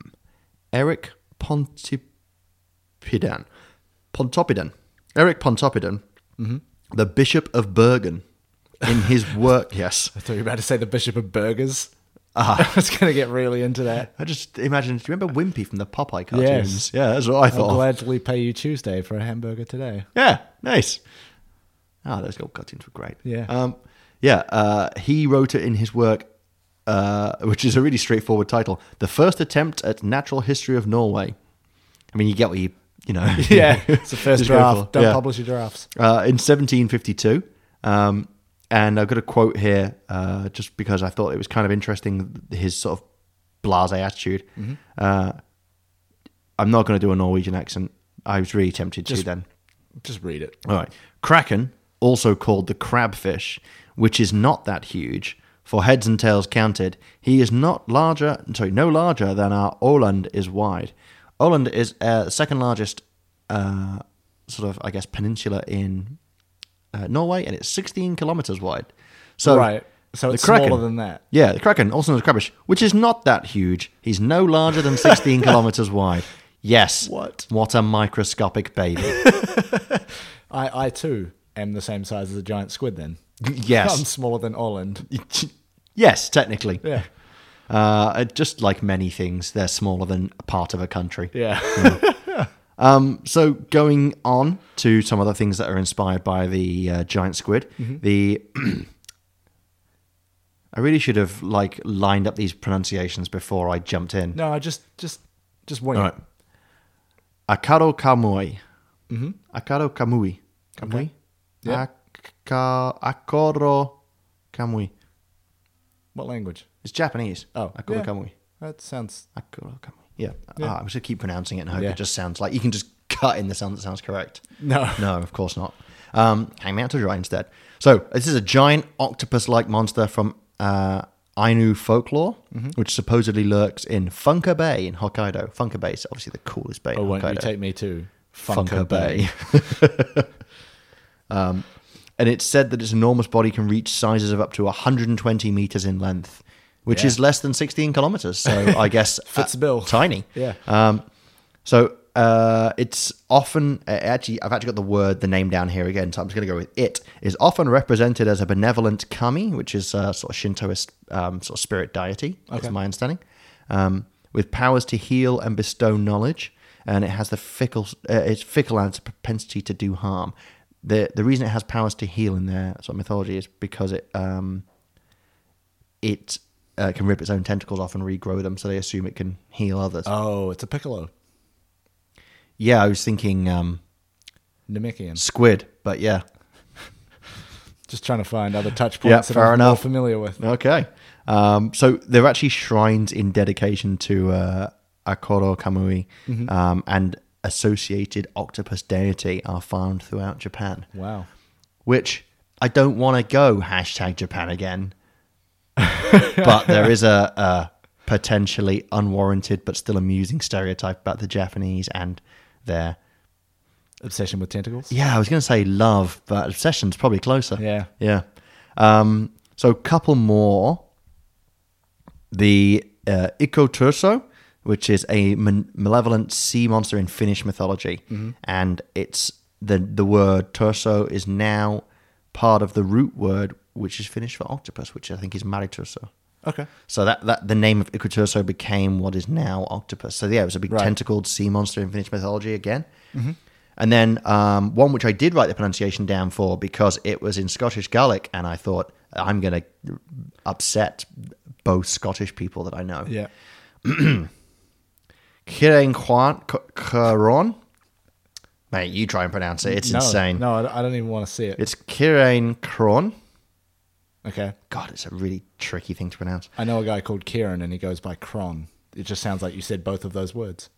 Speaker 1: Eric Pontipidan. Pontopidan. Eric Pontopidan, the Bishop of Bergen, in his work. (laughs) yes.
Speaker 2: I thought you were about to say the Bishop of Burgers. (laughs) I was going to get really into that.
Speaker 1: I just imagined. Do you remember Wimpy from the Popeye cartoons?
Speaker 2: Yes. Oh,
Speaker 1: Yeah, that's what I thought.
Speaker 2: I'll
Speaker 1: of.
Speaker 2: gladly pay you Tuesday for a hamburger today.
Speaker 1: Yeah, nice. Ah, those gold cuttings were great.
Speaker 2: Yeah.
Speaker 1: Um, yeah, uh, he wrote it in his work, uh, which is a really straightforward title The First Attempt at Natural History of Norway. I mean, you get what you, you know.
Speaker 2: (laughs) Yeah, it's the first
Speaker 1: (laughs) Just go
Speaker 2: draft.
Speaker 1: for-
Speaker 2: Don't
Speaker 1: yeah.
Speaker 2: publish your drafts.
Speaker 1: Uh, in 1752. Um, and I've got a quote here uh, just because I thought it was kind of interesting his sort of blase attitude.
Speaker 2: Mm-hmm.
Speaker 1: Uh, I'm not going to do a Norwegian accent. I was really tempted to then.
Speaker 2: Just read it.
Speaker 1: All right. Kraken, also called the crabfish, which is not that huge, for heads and tails counted, he is not larger, sorry, no larger than our Oland is wide. Oland is uh, the second largest, uh, sort of, I guess, peninsula in uh, Norway, and it's 16 kilometers wide. So,
Speaker 2: right. So
Speaker 1: Um, the
Speaker 2: it's
Speaker 1: Kraken-
Speaker 2: smaller than that.
Speaker 1: yeah, the Kraken, also known as crabfish, which is not that huge. He's no larger than
Speaker 2: (laughs)
Speaker 1: 16 kilometers wide. Yes.
Speaker 2: What?
Speaker 1: What a microscopic baby.
Speaker 2: I, I too am the same size as a giant squid then.
Speaker 1: yes.
Speaker 2: (laughs) I'm smaller than Oland.
Speaker 1: yes, technically.
Speaker 2: Yeah.
Speaker 1: Uh, uh, just like many things, they're smaller than a part of a country.
Speaker 2: Yeah.
Speaker 1: Um, so going on to some other things that are inspired by the uh, giant squid,
Speaker 2: Mm-hmm.
Speaker 1: the (clears throat) I really should have like lined up these pronunciations before I jumped in.
Speaker 2: (laughs) no, I just just just wing
Speaker 1: All
Speaker 2: it.
Speaker 1: right, Akaro Kamui. Mm-hmm. Akaro Kamui. Kamui.
Speaker 2: Yeah.
Speaker 1: Aka- Akaro Kamui.
Speaker 2: What language?
Speaker 1: It's Japanese.
Speaker 2: Oh,
Speaker 1: Akaro
Speaker 2: yeah.
Speaker 1: Kamui.
Speaker 2: That sounds
Speaker 1: Akuro Kamui. Yeah.
Speaker 2: Yeah.
Speaker 1: Ah, I'm just gonna keep pronouncing it and hope
Speaker 2: Yeah.
Speaker 1: it just sounds like you can just cut in the sound that sounds correct.
Speaker 2: No.
Speaker 1: No, of course not. Um, hang me out to dry instead. So this is a giant octopus-like monster from uh, Ainu folklore,
Speaker 2: Mm-hmm.
Speaker 1: which supposedly lurks in Funka Bay in Hokkaido. Funka Bay is obviously the coolest bay
Speaker 2: Oh,
Speaker 1: in
Speaker 2: won't you
Speaker 1: Hokkaido.
Speaker 2: take me to
Speaker 1: Funker Bay. (laughs) um, and it's said that its enormous body can reach sizes of up to 120 meters in length, which
Speaker 2: Yeah.
Speaker 1: is less than 16 kilometers. So I
Speaker 2: (laughs)
Speaker 1: guess
Speaker 2: Fits the bill.
Speaker 1: Tiny.
Speaker 2: Yeah.
Speaker 1: Um, so uh, it's often uh, actually I've actually got the word the name down here again, so I'm just going to go with it. Is often represented as a benevolent kami, which is a sort of Shintoist um, sort of spirit deity.
Speaker 2: Okay.
Speaker 1: That's my understanding. Um, with powers to heal and bestow knowledge, and it has the fickle uh, it's fickle and its propensity to do harm. The the reason it has powers to heal in their sort of mythology is because it um, it uh, can rip its own tentacles off and regrow them, so they assume it can heal others.
Speaker 2: Oh, it's a piccolo.
Speaker 1: Yeah, I was thinking um,
Speaker 2: Namekian.
Speaker 1: squid, but yeah.
Speaker 2: Just trying to find other touch
Speaker 1: Yeah,
Speaker 2: points that
Speaker 1: fair
Speaker 2: I'm more
Speaker 1: enough.
Speaker 2: familiar with.
Speaker 1: Okay. Um, so there are actually shrines in dedication to uh, Akoro Kamui, um, and associated octopus deity are found throughout Japan,
Speaker 2: Wow.
Speaker 1: which I don't want to go hashtag Japan (laughs) again. but there is a, a potentially unwarranted but still amusing stereotype about the Japanese and their.
Speaker 2: Obsession with tentacles?
Speaker 1: Yeah, I was going to say love, but obsession's probably closer.
Speaker 2: Yeah.
Speaker 1: Yeah. Um, so a couple more. The uh, Iko Turso, which is a man- malevolent sea monster in Finnish mythology, and it's the the word Turso is now part of the root word which is Finnish for octopus, which I think is Mariturso.
Speaker 2: Okay.
Speaker 1: So that, that the name of Ikuturso became what is now octopus. So yeah, it was a big
Speaker 2: Right. Mm-hmm.
Speaker 1: tentacled sea monster in Finnish mythology again. And then um, one which I did write the pronunciation down for because it was in Scottish Gaelic, and I thought I'm going to upset both Scottish people that I know.
Speaker 2: Yeah.
Speaker 1: Ciaran Quan Caron, mate, you try and pronounce it. It's
Speaker 2: no,
Speaker 1: insane.
Speaker 2: No, I don't- I don't even want to see it.
Speaker 1: It's Ciaran Cron.
Speaker 2: okay.
Speaker 1: God, it's a really tricky thing to pronounce.
Speaker 2: I know a guy called Kieran and he goes by Kron. it just sounds like you said both of those words.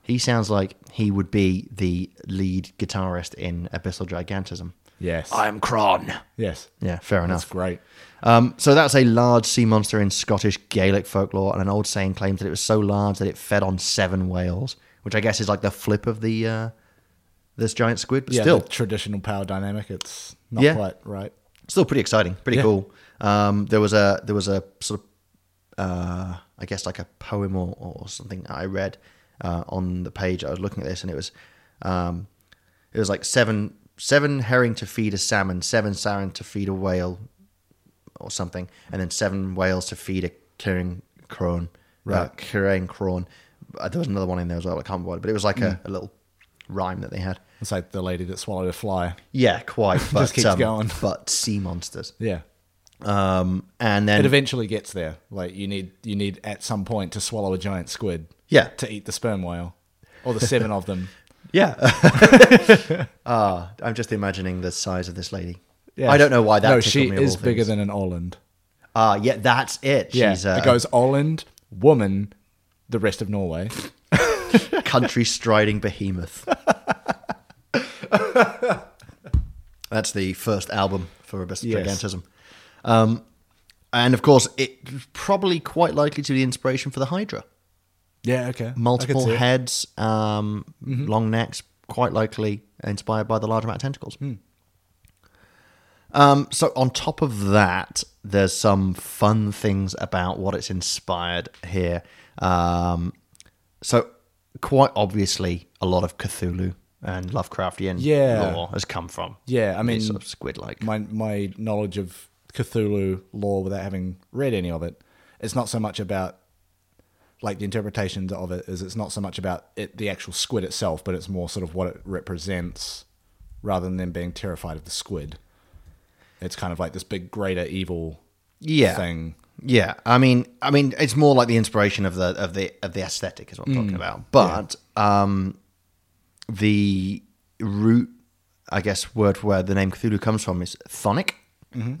Speaker 1: He sounds like he would be the lead guitarist in Abyssal Gigantism.
Speaker 2: Yes.
Speaker 1: I'm Kron.
Speaker 2: yes.
Speaker 1: Yeah, fair
Speaker 2: That's
Speaker 1: enough.
Speaker 2: great.
Speaker 1: Um, so that's a large sea monster in Scottish Gaelic folklore, and an old saying claims that it was so large that it fed on seven whales, which I guess is like the flip of the uh, this giant squid, but
Speaker 2: Yeah,
Speaker 1: still,
Speaker 2: the traditional power dynamic, it's not
Speaker 1: Yeah.
Speaker 2: quite right.
Speaker 1: still pretty exciting, pretty
Speaker 2: Yeah.
Speaker 1: cool. Um, there was a there was a sort of uh, I guess like a poem or, or something I read uh, on the page. I was looking at this and it was um, it was like seven seven herring to feed a salmon, seven salmon to feed a whale, or something, and then seven whales to feed a carrying crone, right? Uh,
Speaker 2: Right.
Speaker 1: carrying crone. Uh, There was another one in there as well. I can't remember, what, but it was like
Speaker 2: Hmm.
Speaker 1: a, a little rhyme that they had.
Speaker 2: It's like the lady that swallowed a fly.
Speaker 1: Yeah,
Speaker 2: (laughs)
Speaker 1: quite. But,
Speaker 2: keeps
Speaker 1: um,
Speaker 2: going.
Speaker 1: But sea monsters.
Speaker 2: Yeah.
Speaker 1: Um, and
Speaker 2: It
Speaker 1: then
Speaker 2: eventually gets there. Like you need you need at some point to swallow a giant squid.
Speaker 1: Yeah.
Speaker 2: To eat the sperm whale. Or the seven of them.
Speaker 1: yeah. Ah, I'm just imagining the size of this lady. (laughs)
Speaker 2: Yeah.
Speaker 1: I don't know why that.
Speaker 2: No,
Speaker 1: tickled
Speaker 2: she
Speaker 1: me of
Speaker 2: is
Speaker 1: all
Speaker 2: bigger
Speaker 1: things.
Speaker 2: than an Oland.
Speaker 1: Ah, yeah, that's it.
Speaker 2: Yeah.
Speaker 1: She's uh, a
Speaker 2: it goes Oland, woman, the rest
Speaker 1: (sniffs)
Speaker 2: of Norway.
Speaker 1: country striding
Speaker 2: (laughs)
Speaker 1: behemoth. that's the first album for Abyssal
Speaker 2: Yes.
Speaker 1: Gigantism. Um, and of course, it's probably quite likely to be the inspiration for the Hydra.
Speaker 2: Yeah, okay. I could
Speaker 1: Multiple
Speaker 2: see it. Mm-hmm.
Speaker 1: heads, um, long necks, quite likely inspired by the large amount of tentacles.
Speaker 2: Hmm.
Speaker 1: Um, so on top of that, there's some fun things about what it's inspired here. Um, so quite obviously, a lot of Cthulhu and Lovecraftian
Speaker 2: Yeah.
Speaker 1: lore has come from.
Speaker 2: Yeah, I mean,
Speaker 1: these sort of squid-like.
Speaker 2: my my knowledge of Cthulhu lore without having read any of it, it's not so much about like the interpretations of it is it's not so much about it the actual squid itself, but it's more sort of what it represents rather than them being terrified of the squid. It's kind of like this big greater evil
Speaker 1: yeah,
Speaker 2: thing.
Speaker 1: Yeah, I mean, I mean, it's more like the inspiration of the of the of the aesthetic is what I'm talking about. But um, the root, I guess, word for where the name Cthulhu comes from is thonic,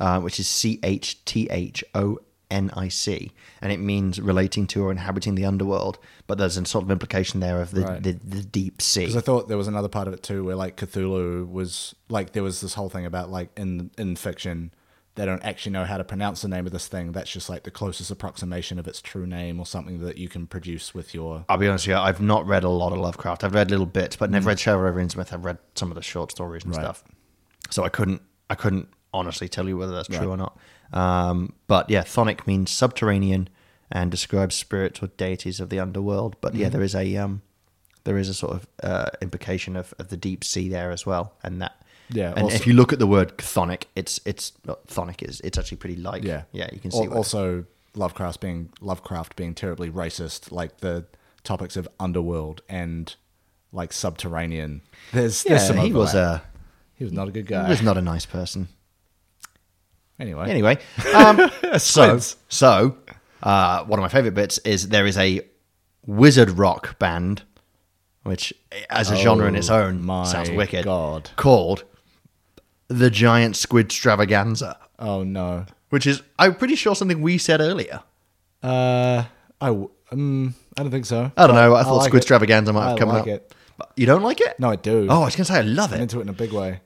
Speaker 1: uh, which is C H T H O N I C, and it means relating to or inhabiting the underworld. But there's a sort of implication there of the
Speaker 2: Right.
Speaker 1: the, the deep sea.
Speaker 2: Because I thought there was another part of it too, where like Cthulhu was like there was this whole thing about like in in fiction they don't actually know how to pronounce the name of this thing. That's just like the closest approximation of its true name or something that you can produce with your.
Speaker 1: I'll be honest with you, I've not read a lot of Lovecraft. I've read little bits, but
Speaker 2: Mm.
Speaker 1: never read Trevor Irving Smith. I've read some of the short stories and stuff. So I couldn't I couldn't honestly tell you whether that's true or not. Um, but yeah, Thonic means subterranean and describes spirits or deities of the underworld. But
Speaker 2: Mm-hmm.
Speaker 1: yeah, there is a um, there is a sort of uh, implication of, of the deep sea there as well. And that
Speaker 2: Yeah,
Speaker 1: And
Speaker 2: also-
Speaker 1: if you look at the word thonic, it's it's not thonic is it's actually pretty like
Speaker 2: Yeah,
Speaker 1: yeah you can
Speaker 2: Al-
Speaker 1: see what-
Speaker 2: also, Lovecraft being Lovecraft being terribly racist, like the topics of underworld and like subterranean. There's
Speaker 1: yeah,
Speaker 2: there's some
Speaker 1: he was
Speaker 2: overlap.
Speaker 1: a
Speaker 2: he was not a good
Speaker 1: he
Speaker 2: guy.
Speaker 1: was not a nice person.
Speaker 2: anyway, (laughs)
Speaker 1: Anyway, um, so
Speaker 2: Squids.
Speaker 1: so uh, one of my favorite bits is there is a wizard rock band, which as a genre in its
Speaker 2: Oh,
Speaker 1: own
Speaker 2: my
Speaker 1: sounds wicked,
Speaker 2: God.
Speaker 1: called the Giant Squid Stravaganza,
Speaker 2: oh no.
Speaker 1: which is I'm pretty sure something we said earlier.
Speaker 2: Uh, I w- um, I don't think so.
Speaker 1: I don't know. I thought
Speaker 2: like
Speaker 1: Squid
Speaker 2: it.
Speaker 1: Stravaganza might have
Speaker 2: I
Speaker 1: come
Speaker 2: like
Speaker 1: up.
Speaker 2: it.
Speaker 1: But you don't like it?
Speaker 2: No, I do.
Speaker 1: Oh, I was gonna say I love
Speaker 2: I'm
Speaker 1: it.
Speaker 2: into it in a big way.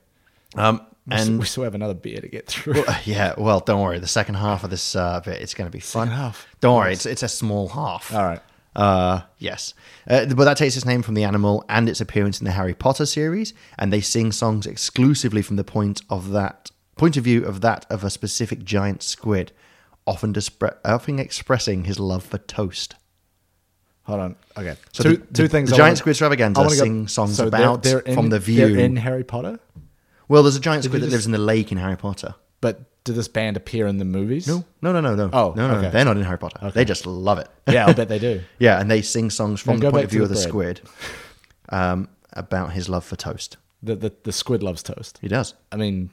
Speaker 1: Um,
Speaker 2: And
Speaker 1: (laughs)
Speaker 2: we
Speaker 1: and uh,
Speaker 2: still have another beer to get through.
Speaker 1: yeah, well, don't worry. The second half of this uh, bit, it's gonna be fun.
Speaker 2: half.
Speaker 1: Don't worry. It's it's a small half.
Speaker 2: (laughs) All right.
Speaker 1: Uh, yes. Uh, but that takes its name from the animal and its appearance in the Harry Potter series, and they sing songs exclusively from the point of that point of view of that of a specific giant squid, often dispre- often expressing his love for toast.
Speaker 2: Hold on. Okay.
Speaker 1: So
Speaker 2: two
Speaker 1: the-
Speaker 2: two
Speaker 1: the-
Speaker 2: things.
Speaker 1: the
Speaker 2: I
Speaker 1: Giant
Speaker 2: wanna-
Speaker 1: Squid Extravaganza
Speaker 2: I wanna go-
Speaker 1: sing songs
Speaker 2: so they're-
Speaker 1: about
Speaker 2: they're in-
Speaker 1: from the
Speaker 2: They're
Speaker 1: view.
Speaker 2: in Harry Potter,
Speaker 1: Well, there's a giant
Speaker 2: you
Speaker 1: squid that
Speaker 2: just-
Speaker 1: lives in the lake in Harry Potter.
Speaker 2: but did this band appear in the movies?
Speaker 1: No, no, no, no, no.
Speaker 2: Oh,
Speaker 1: no, no,
Speaker 2: okay.
Speaker 1: no. They're not in Harry Potter. They just love it.
Speaker 2: Yeah, I bet they do.
Speaker 1: (laughs) yeah, and they sing songs from
Speaker 2: Now
Speaker 1: the
Speaker 2: go
Speaker 1: point
Speaker 2: back
Speaker 1: of
Speaker 2: to
Speaker 1: view
Speaker 2: the
Speaker 1: of the squid
Speaker 2: bread.
Speaker 1: um, about his love for toast.
Speaker 2: The, the the squid loves toast.
Speaker 1: He does.
Speaker 2: I mean,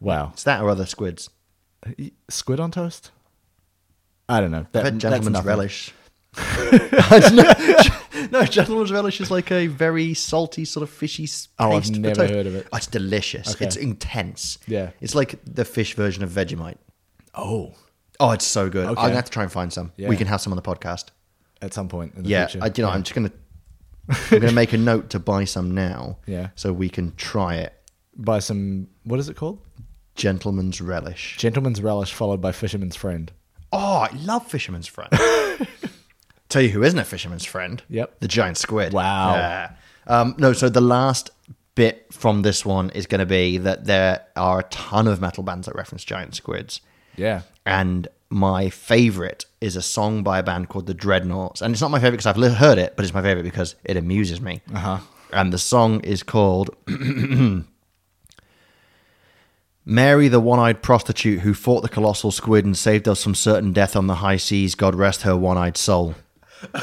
Speaker 2: wow.
Speaker 1: It's that or other squids.
Speaker 2: Squid on toast? I don't know. That,
Speaker 1: I bet
Speaker 2: that's
Speaker 1: gentleman's
Speaker 2: nothing. (laughs)
Speaker 1: relish. no, no, gentleman's relish is like a very salty sort of fishy s-
Speaker 2: Oh, I've
Speaker 1: paste for
Speaker 2: never
Speaker 1: toast.
Speaker 2: heard of it.
Speaker 1: Oh, it's delicious.
Speaker 2: Okay.
Speaker 1: It's intense.
Speaker 2: Yeah.
Speaker 1: it's like the fish version of Vegemite.
Speaker 2: Oh,
Speaker 1: Oh, it's so good. I'm
Speaker 2: Okay.
Speaker 1: gonna have to try and find some.
Speaker 2: Yeah.
Speaker 1: We can have some on the podcast.
Speaker 2: at some point in the
Speaker 1: yeah,
Speaker 2: future.
Speaker 1: I, you know, I'm just
Speaker 2: (laughs)
Speaker 1: gonna I'm gonna make a note to buy some now.
Speaker 2: Yeah.
Speaker 1: so we can try it.
Speaker 2: By some, what is it called?
Speaker 1: Gentleman's relish.
Speaker 2: Gentleman's Relish followed by Fisherman's Friend.
Speaker 1: Oh, I love Fisherman's Friend. (laughs) Tell you who isn't a Fisherman's Friend?
Speaker 2: Yep.
Speaker 1: the giant squid.
Speaker 2: Wow.
Speaker 1: Yeah. Um, no, so the last bit from this one is going to be that there are a ton of metal bands that reference giant squids.
Speaker 2: Yeah.
Speaker 1: and my favorite is a song by a band called the Dreadnoughts, and it's not my favorite because I've li- heard it, but it's my favorite because it amuses me. Uh-huh. And the song is called (clears throat) "Mary, the One-Eyed Prostitute Who Fought the Colossal Squid and Saved Us from Certain Death on the High Seas. God rest her one-eyed soul." (laughs)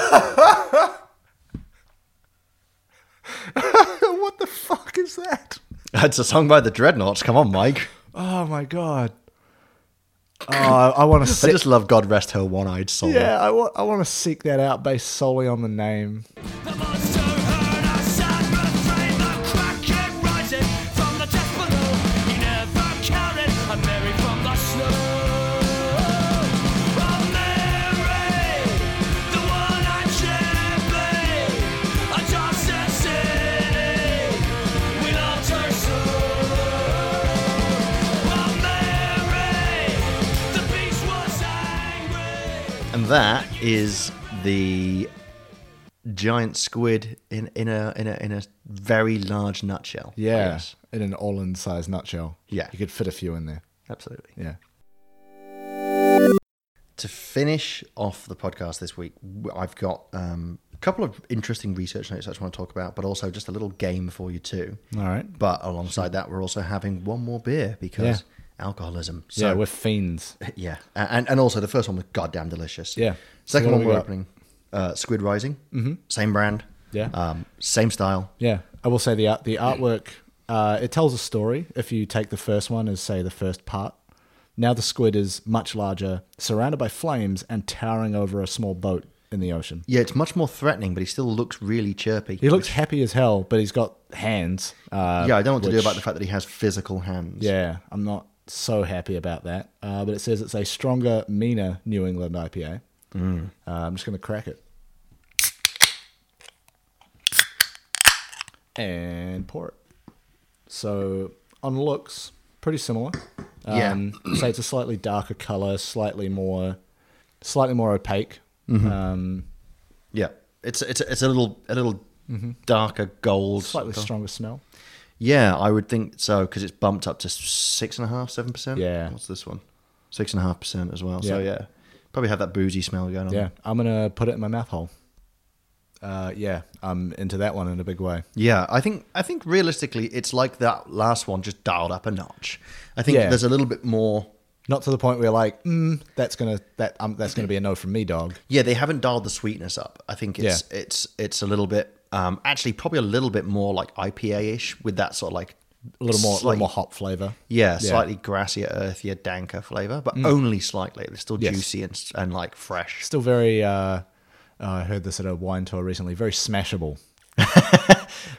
Speaker 2: what the fuck is that?
Speaker 1: That's a song by the Dreadnoughts. Come on, Mike.
Speaker 2: Oh my god. Oh, (laughs) I, want to
Speaker 1: I
Speaker 2: seek.
Speaker 1: just love "God rest her one-eyed soul."
Speaker 2: yeah, I want. I want to seek that out based solely on the name.
Speaker 4: The monster heard our sound, refrained the crack came rising from the death below. He never carried a Mary from the snow. Oh, Mary, the one-eyed champion, across the city, we loved her so. Oh, Mary, the beast was angry.
Speaker 1: And that is the giant squid in, in a in a in a very large nutshell. I
Speaker 2: Yeah,
Speaker 1: guess.
Speaker 2: in an Orland-sized nutshell.
Speaker 1: Yeah.
Speaker 2: you could fit a few in there.
Speaker 1: Absolutely.
Speaker 2: Yeah.
Speaker 1: To finish off the podcast this week, w- I've got um, a couple of interesting research notes I just want to talk about, but also just a little game for you too.
Speaker 2: All right.
Speaker 1: But alongside that, we're also having one more beer because alcoholism. So
Speaker 2: yeah, we're (laughs) fiends.
Speaker 1: Yeah, A- and and also the first one was goddamn delicious.
Speaker 2: Yeah.
Speaker 1: Second one
Speaker 2: So what have
Speaker 1: we're
Speaker 2: we got?
Speaker 1: opening, uh, Squid Rising, mm-hmm. same brand.
Speaker 2: Yeah.
Speaker 1: Um, same style.
Speaker 2: Yeah, I will say the art, the artwork. Uh, it tells a story. If you take the first one as say the first part, now the squid is much larger, surrounded by flames and towering over a small boat in the ocean.
Speaker 1: Yeah, it's much more threatening, but he still looks really chirpy.
Speaker 2: He looks happy as hell, but he's got hands. Uh,
Speaker 1: yeah, I don't know what to do
Speaker 2: which-
Speaker 1: about the fact that he has physical hands.
Speaker 2: Yeah, I'm not so happy about that. Uh, but it says it's a stronger, meaner New England IPA. Uh, I'm just going to crack it and pour it. So on looks, pretty similar.
Speaker 1: Yeah.
Speaker 2: so it's a slightly darker color, slightly more, slightly more opaque. Um,
Speaker 1: yeah. It's it's it's a little a little darker gold.
Speaker 2: Mm-hmm. slightly stronger smell.
Speaker 1: Yeah, I would think so because it's bumped up to six and a half, seven percent.
Speaker 2: Yeah.
Speaker 1: What's this one? Six and a half percent as well. So
Speaker 2: Yeah.
Speaker 1: yeah, probably have that boozy smell going on.
Speaker 2: Yeah, I'm gonna put it in my mouth hole. Uh, yeah, I'm into that one in a big way.
Speaker 1: Yeah, I think I think realistically, it's like that last one just dialed up a notch. I think
Speaker 2: Yeah.
Speaker 1: there's a little bit more.
Speaker 2: Not to the point where like, mm, that's gonna that um, that's gonna be a no from me, dog.
Speaker 1: Yeah, they haven't dialed the sweetness up. I think it's it's it's a little bit um, actually probably a little bit more like IPA ish with that sort of like
Speaker 2: A little more, a
Speaker 1: slight-
Speaker 2: little more hop flavor.
Speaker 1: Yeah, slightly grassier, earthier, danker flavor, but only slightly. It's still
Speaker 2: Mm. Yes.
Speaker 1: juicy and s- and like fresh.
Speaker 2: Still very. Uh, uh, I heard this at a wine tour recently. Very smashable.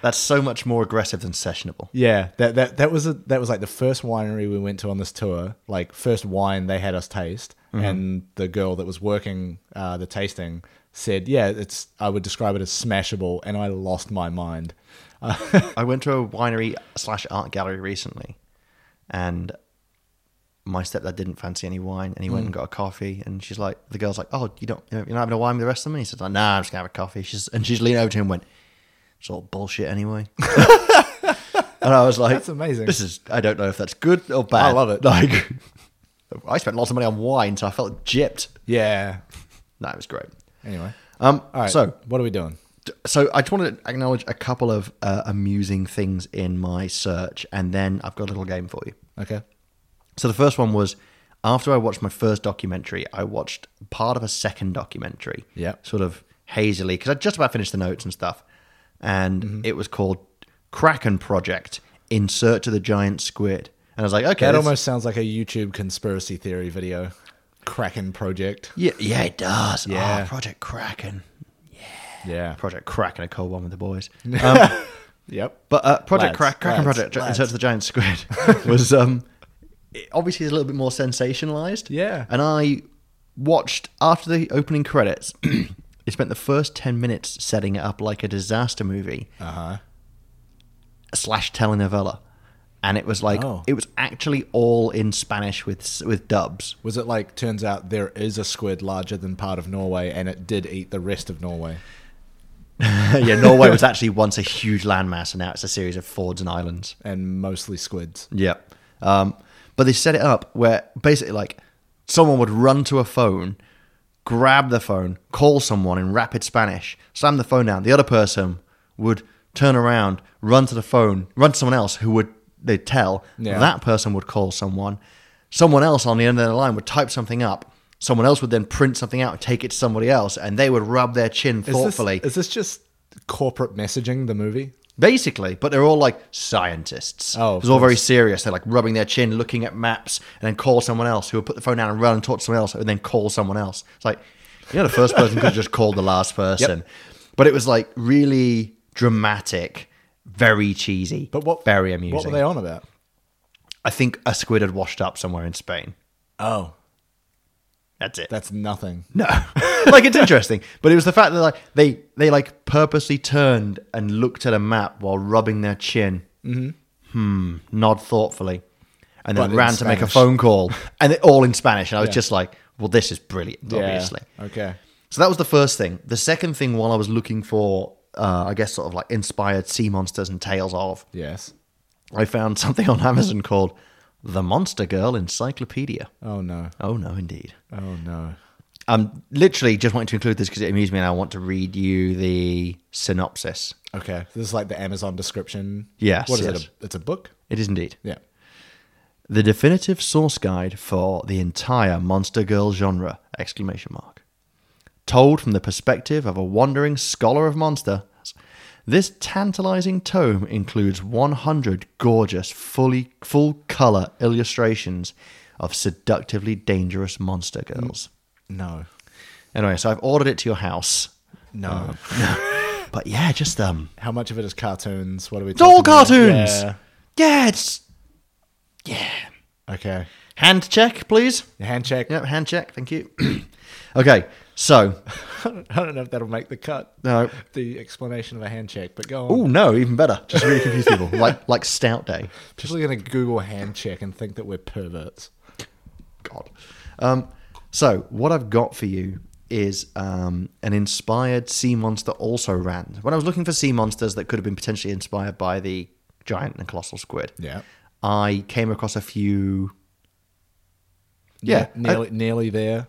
Speaker 1: That's so much more aggressive than sessionable.
Speaker 2: Yeah, that that that was a, that was like the first winery we went to on this tour. Like first wine they had us taste, and the girl that was working uh, the tasting said, "Yeah, it's I would describe it as smashable," and I lost my mind.
Speaker 1: I went to a winery slash art gallery recently, and my stepdad didn't fancy any wine, and he went and
Speaker 2: Mm.
Speaker 1: got a coffee. And she's like, the girl's like, "Oh, you don't, you're not having a wine with the rest of them?" And he says, like, "Nah, I'm just gonna have a coffee." She's and she's leaned over to him, and went, "It's all bullshit
Speaker 2: (laughs)
Speaker 1: anyway." and I was like,
Speaker 2: That's amazing.
Speaker 1: This is, I don't know if that's good or bad.
Speaker 2: I love it.
Speaker 1: (laughs) Like, I spent lots of money on wine, so I felt gypped.
Speaker 2: Yeah.
Speaker 1: No, it was great.
Speaker 2: Anyway,
Speaker 1: Um,
Speaker 2: all right.
Speaker 1: so
Speaker 2: So what are we doing?
Speaker 1: so I just want to acknowledge a couple of uh, amusing things in my search, and then I've got a little game for you.
Speaker 2: Okay.
Speaker 1: So the first one was after I watched my first documentary, I watched part of a second documentary.
Speaker 2: Yeah.
Speaker 1: Sort of hazily, because I just about finished the notes and stuff. And
Speaker 2: Mm-hmm.
Speaker 1: it was called Kraken Project In Search of the Giant Squid. And I was like, okay.
Speaker 2: That
Speaker 1: this-
Speaker 2: almost sounds like a YouTube conspiracy theory video. Kraken project.
Speaker 1: Yeah, yeah, it does. Yeah.
Speaker 2: Yeah.
Speaker 1: Project Kraken.
Speaker 2: Yeah.
Speaker 1: Project Kraken, a cold one with the boys.
Speaker 2: Yep.
Speaker 1: But uh, Project
Speaker 2: Lads,
Speaker 1: Crack, Kraken
Speaker 2: lads,
Speaker 1: Project in
Speaker 2: lads.
Speaker 1: search of the giant squid (laughs) was um, it obviously is a little bit more sensationalized.
Speaker 2: Yeah.
Speaker 1: and I watched after the opening credits. (clears throat) They spent the first 10 minutes setting it up like a disaster movie
Speaker 2: Uh huh.
Speaker 1: slash telenovela. And it was like,
Speaker 2: Oh.
Speaker 1: it was actually all in Spanish with s- with dubs. (laughs)
Speaker 2: Was it like turns out there is a squid larger than part of Norway and it did eat the rest of Norway?
Speaker 1: yeah, Norway was actually once a huge landmass, and now it's a series of fords and islands.
Speaker 2: and mostly squids.
Speaker 1: Yeah. Um, but they set it up where basically, like, someone would run to a phone, grab the phone, call someone in rapid Spanish, slam the phone down. The other person would turn around, run to the phone, run to someone else who would they tell.
Speaker 2: Yeah.
Speaker 1: That person would call someone. Someone else on the end of the line would type something up. Someone else would then print something out and take it to somebody else, and they would rub their chin thoughtfully.
Speaker 2: Is this, is this just corporate messaging? The movie?
Speaker 1: Basically, but they're all like scientists.
Speaker 2: Oh, of
Speaker 1: it's all very
Speaker 2: course.
Speaker 1: serious. They're like rubbing their chin, looking at maps, and then call someone else who will put the phone down and run and talk to someone else, and then call someone else. It's like you know, the first person could have just called the
Speaker 2: (laughs)
Speaker 1: last person, but it was like really dramatic, very cheesy,
Speaker 2: But what?
Speaker 1: very amusing.
Speaker 2: What were they on about?
Speaker 1: I think a squid had washed up somewhere in Spain.
Speaker 2: Oh,
Speaker 1: That's it.
Speaker 2: that's nothing.
Speaker 1: No, (laughs) like it's interesting, but it was the fact that like they they like purposely turned and looked at a map while rubbing their chin. Mm-hmm. Hmm. Nod thoughtfully, and
Speaker 2: But
Speaker 1: then
Speaker 2: in
Speaker 1: ran to make a
Speaker 2: Spanish.
Speaker 1: phone
Speaker 2: (laughs)
Speaker 1: call, and it, all in Spanish. And I was
Speaker 2: Yeah.
Speaker 1: just like, "Well, this is brilliant."
Speaker 2: Yeah.
Speaker 1: Obviously,
Speaker 2: Okay.
Speaker 1: so that was the first thing. The second thing, while I was looking for, uh, I guess, sort of like inspired sea monsters and tales of,
Speaker 2: Yes.
Speaker 1: I found (laughs) something on Amazon called "The Monster Girl Encyclopedia."
Speaker 2: Oh no.
Speaker 1: Oh no, indeed.
Speaker 2: Oh no.
Speaker 1: I'm literally just wanting to include this because it amused me and I want to read you the synopsis.
Speaker 2: Okay. This is like the Amazon description.
Speaker 1: Yes,
Speaker 2: What is
Speaker 1: yes.
Speaker 2: it? A, it's a book.
Speaker 1: It is indeed.
Speaker 2: Yeah.
Speaker 1: The definitive source guide for the entire Monster Girl genre! Exclamation mark. Told from the perspective of a wandering scholar of monsters, this tantalizing tome includes 100 gorgeous, fully full color illustrations of seductively dangerous monster girls.
Speaker 2: No.
Speaker 1: Anyway, so I've ordered it to your house,
Speaker 2: No.
Speaker 1: but yeah, just um,
Speaker 2: How much of it is cartoons? What are we?
Speaker 1: It's all
Speaker 2: talking about?
Speaker 1: cartoons. Yeah. it's
Speaker 2: Yeah. Okay.
Speaker 1: hand check, please.
Speaker 2: Hand check.
Speaker 1: Yep, hand check. Thank you. (clears throat) okay, so
Speaker 2: (laughs) I don't know if that'll make the cut.
Speaker 1: No.
Speaker 2: The explanation of a hand check, but go on.
Speaker 1: oh no, even better. Just really confuse (laughs) people, like like Stout Day.
Speaker 2: People are going to Google hand check and think that we're perverts.
Speaker 1: God. Um, so what I've got for you is um, an inspired sea monster also ran. When I was looking for sea monsters that could have been potentially inspired by the giant and colossal squid,
Speaker 2: Yeah.
Speaker 1: I came across a few. Yeah, I-
Speaker 2: nearly, nearly there.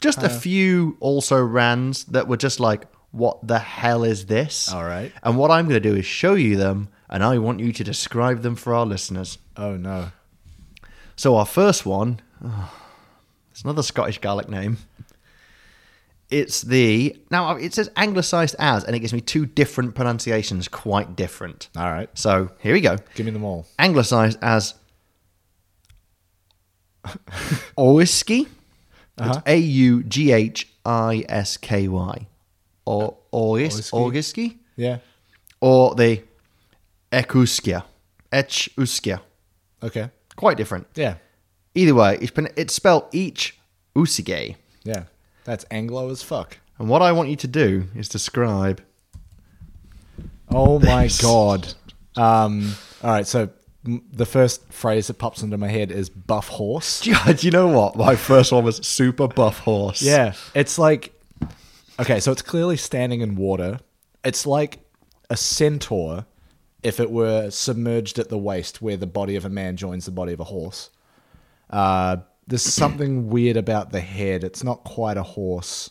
Speaker 1: just
Speaker 2: Uh.
Speaker 1: a few also rans that were just like what the hell is this
Speaker 2: All right.
Speaker 1: and what i'm going to do is show you them and i want you to describe them for our listeners
Speaker 2: Oh no.
Speaker 1: so our first one (sighs) oh, it's another scottish gaelic name it's the now it says anglicized as and it gives me two different pronunciations quite different
Speaker 2: All right.
Speaker 1: so here we go
Speaker 2: Give me them all.
Speaker 1: anglicized as Oisky. It's
Speaker 2: Uh-huh.
Speaker 1: A U G H I S K Y. Or Ois,
Speaker 2: Oisky.
Speaker 1: Orgisky.
Speaker 2: Yeah.
Speaker 1: Or the Ekuskia. Echuskia.
Speaker 2: Okay.
Speaker 1: Quite different.
Speaker 2: Yeah.
Speaker 1: Either way, it's, been, it's spelled each Usige.
Speaker 2: Yeah. That's Anglo as fuck.
Speaker 1: And what I want you to do is describe. (laughs)
Speaker 2: Oh my god. Um. All right. So m- the first phrase that pops into my head is buff horse.
Speaker 1: Do you, do you know what? My first one was super buff horse.
Speaker 2: Yeah, it's like okay, so it's clearly standing in water. It's like a centaur if it were submerged at the waist, where the body of a man joins the body of a horse. Uh, there's (clears throat) something weird about the head. It's not quite a horse,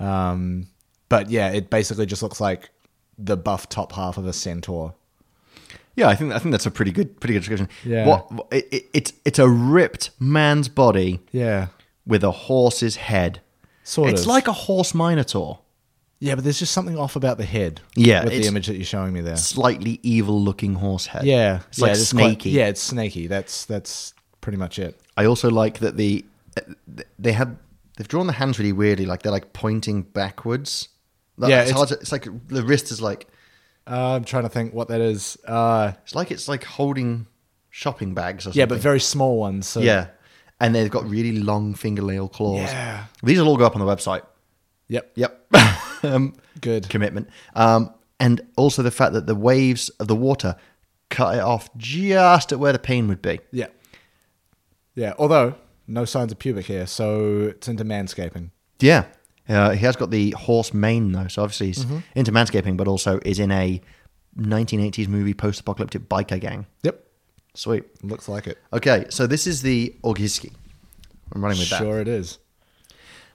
Speaker 2: um, but yeah, it basically just looks like the buff top half of a centaur.
Speaker 1: Yeah, I think I think that's a pretty good pretty good description.
Speaker 2: Yeah.
Speaker 1: What it, it, it's it's a ripped man's body
Speaker 2: Yeah,
Speaker 1: with a horse's head.
Speaker 2: sort of.
Speaker 1: it's like a horse minotaur,
Speaker 2: yeah, but there's just something off about the head.
Speaker 1: Yeah,
Speaker 2: with the
Speaker 1: it's-
Speaker 2: image that you're showing me there.
Speaker 1: slightly evil looking horse head.
Speaker 2: Yeah,
Speaker 1: it's like
Speaker 2: it's quite-
Speaker 1: snaky.
Speaker 2: yeah, it's snaky. That's that's pretty much it.
Speaker 1: I also like that the they had they've drawn the hands really weirdly, like they're like pointing backwards. Like,
Speaker 2: Yeah,
Speaker 1: it's,
Speaker 2: it's-
Speaker 1: hard. To, it's like the wrist is like
Speaker 2: Uh, I'm trying to think what that is. Uh,
Speaker 1: it's like it's like holding shopping bags or something.
Speaker 2: yeah, but very small ones. So
Speaker 1: yeah, and they've got really long fingernail claws.
Speaker 2: Yeah.
Speaker 1: these will all go up on the website.
Speaker 2: Yep.
Speaker 1: Yep. um,
Speaker 2: Good.
Speaker 1: commitment. Um, and also the fact that the waves of the water cut it off just at where the pain would be.
Speaker 2: Yeah. Yeah. Although no signs of pubic hair, so it's into manscaping.
Speaker 1: Yeah. Uh, he has got the horse mane, though. So obviously he's into manscaping, but also is in a 1980s movie post apocalyptic biker gang.
Speaker 2: Yep.
Speaker 1: Sweet.
Speaker 2: Looks like it.
Speaker 1: Okay. So this is the Orgiski. I'm running with that.
Speaker 2: Sure, it is.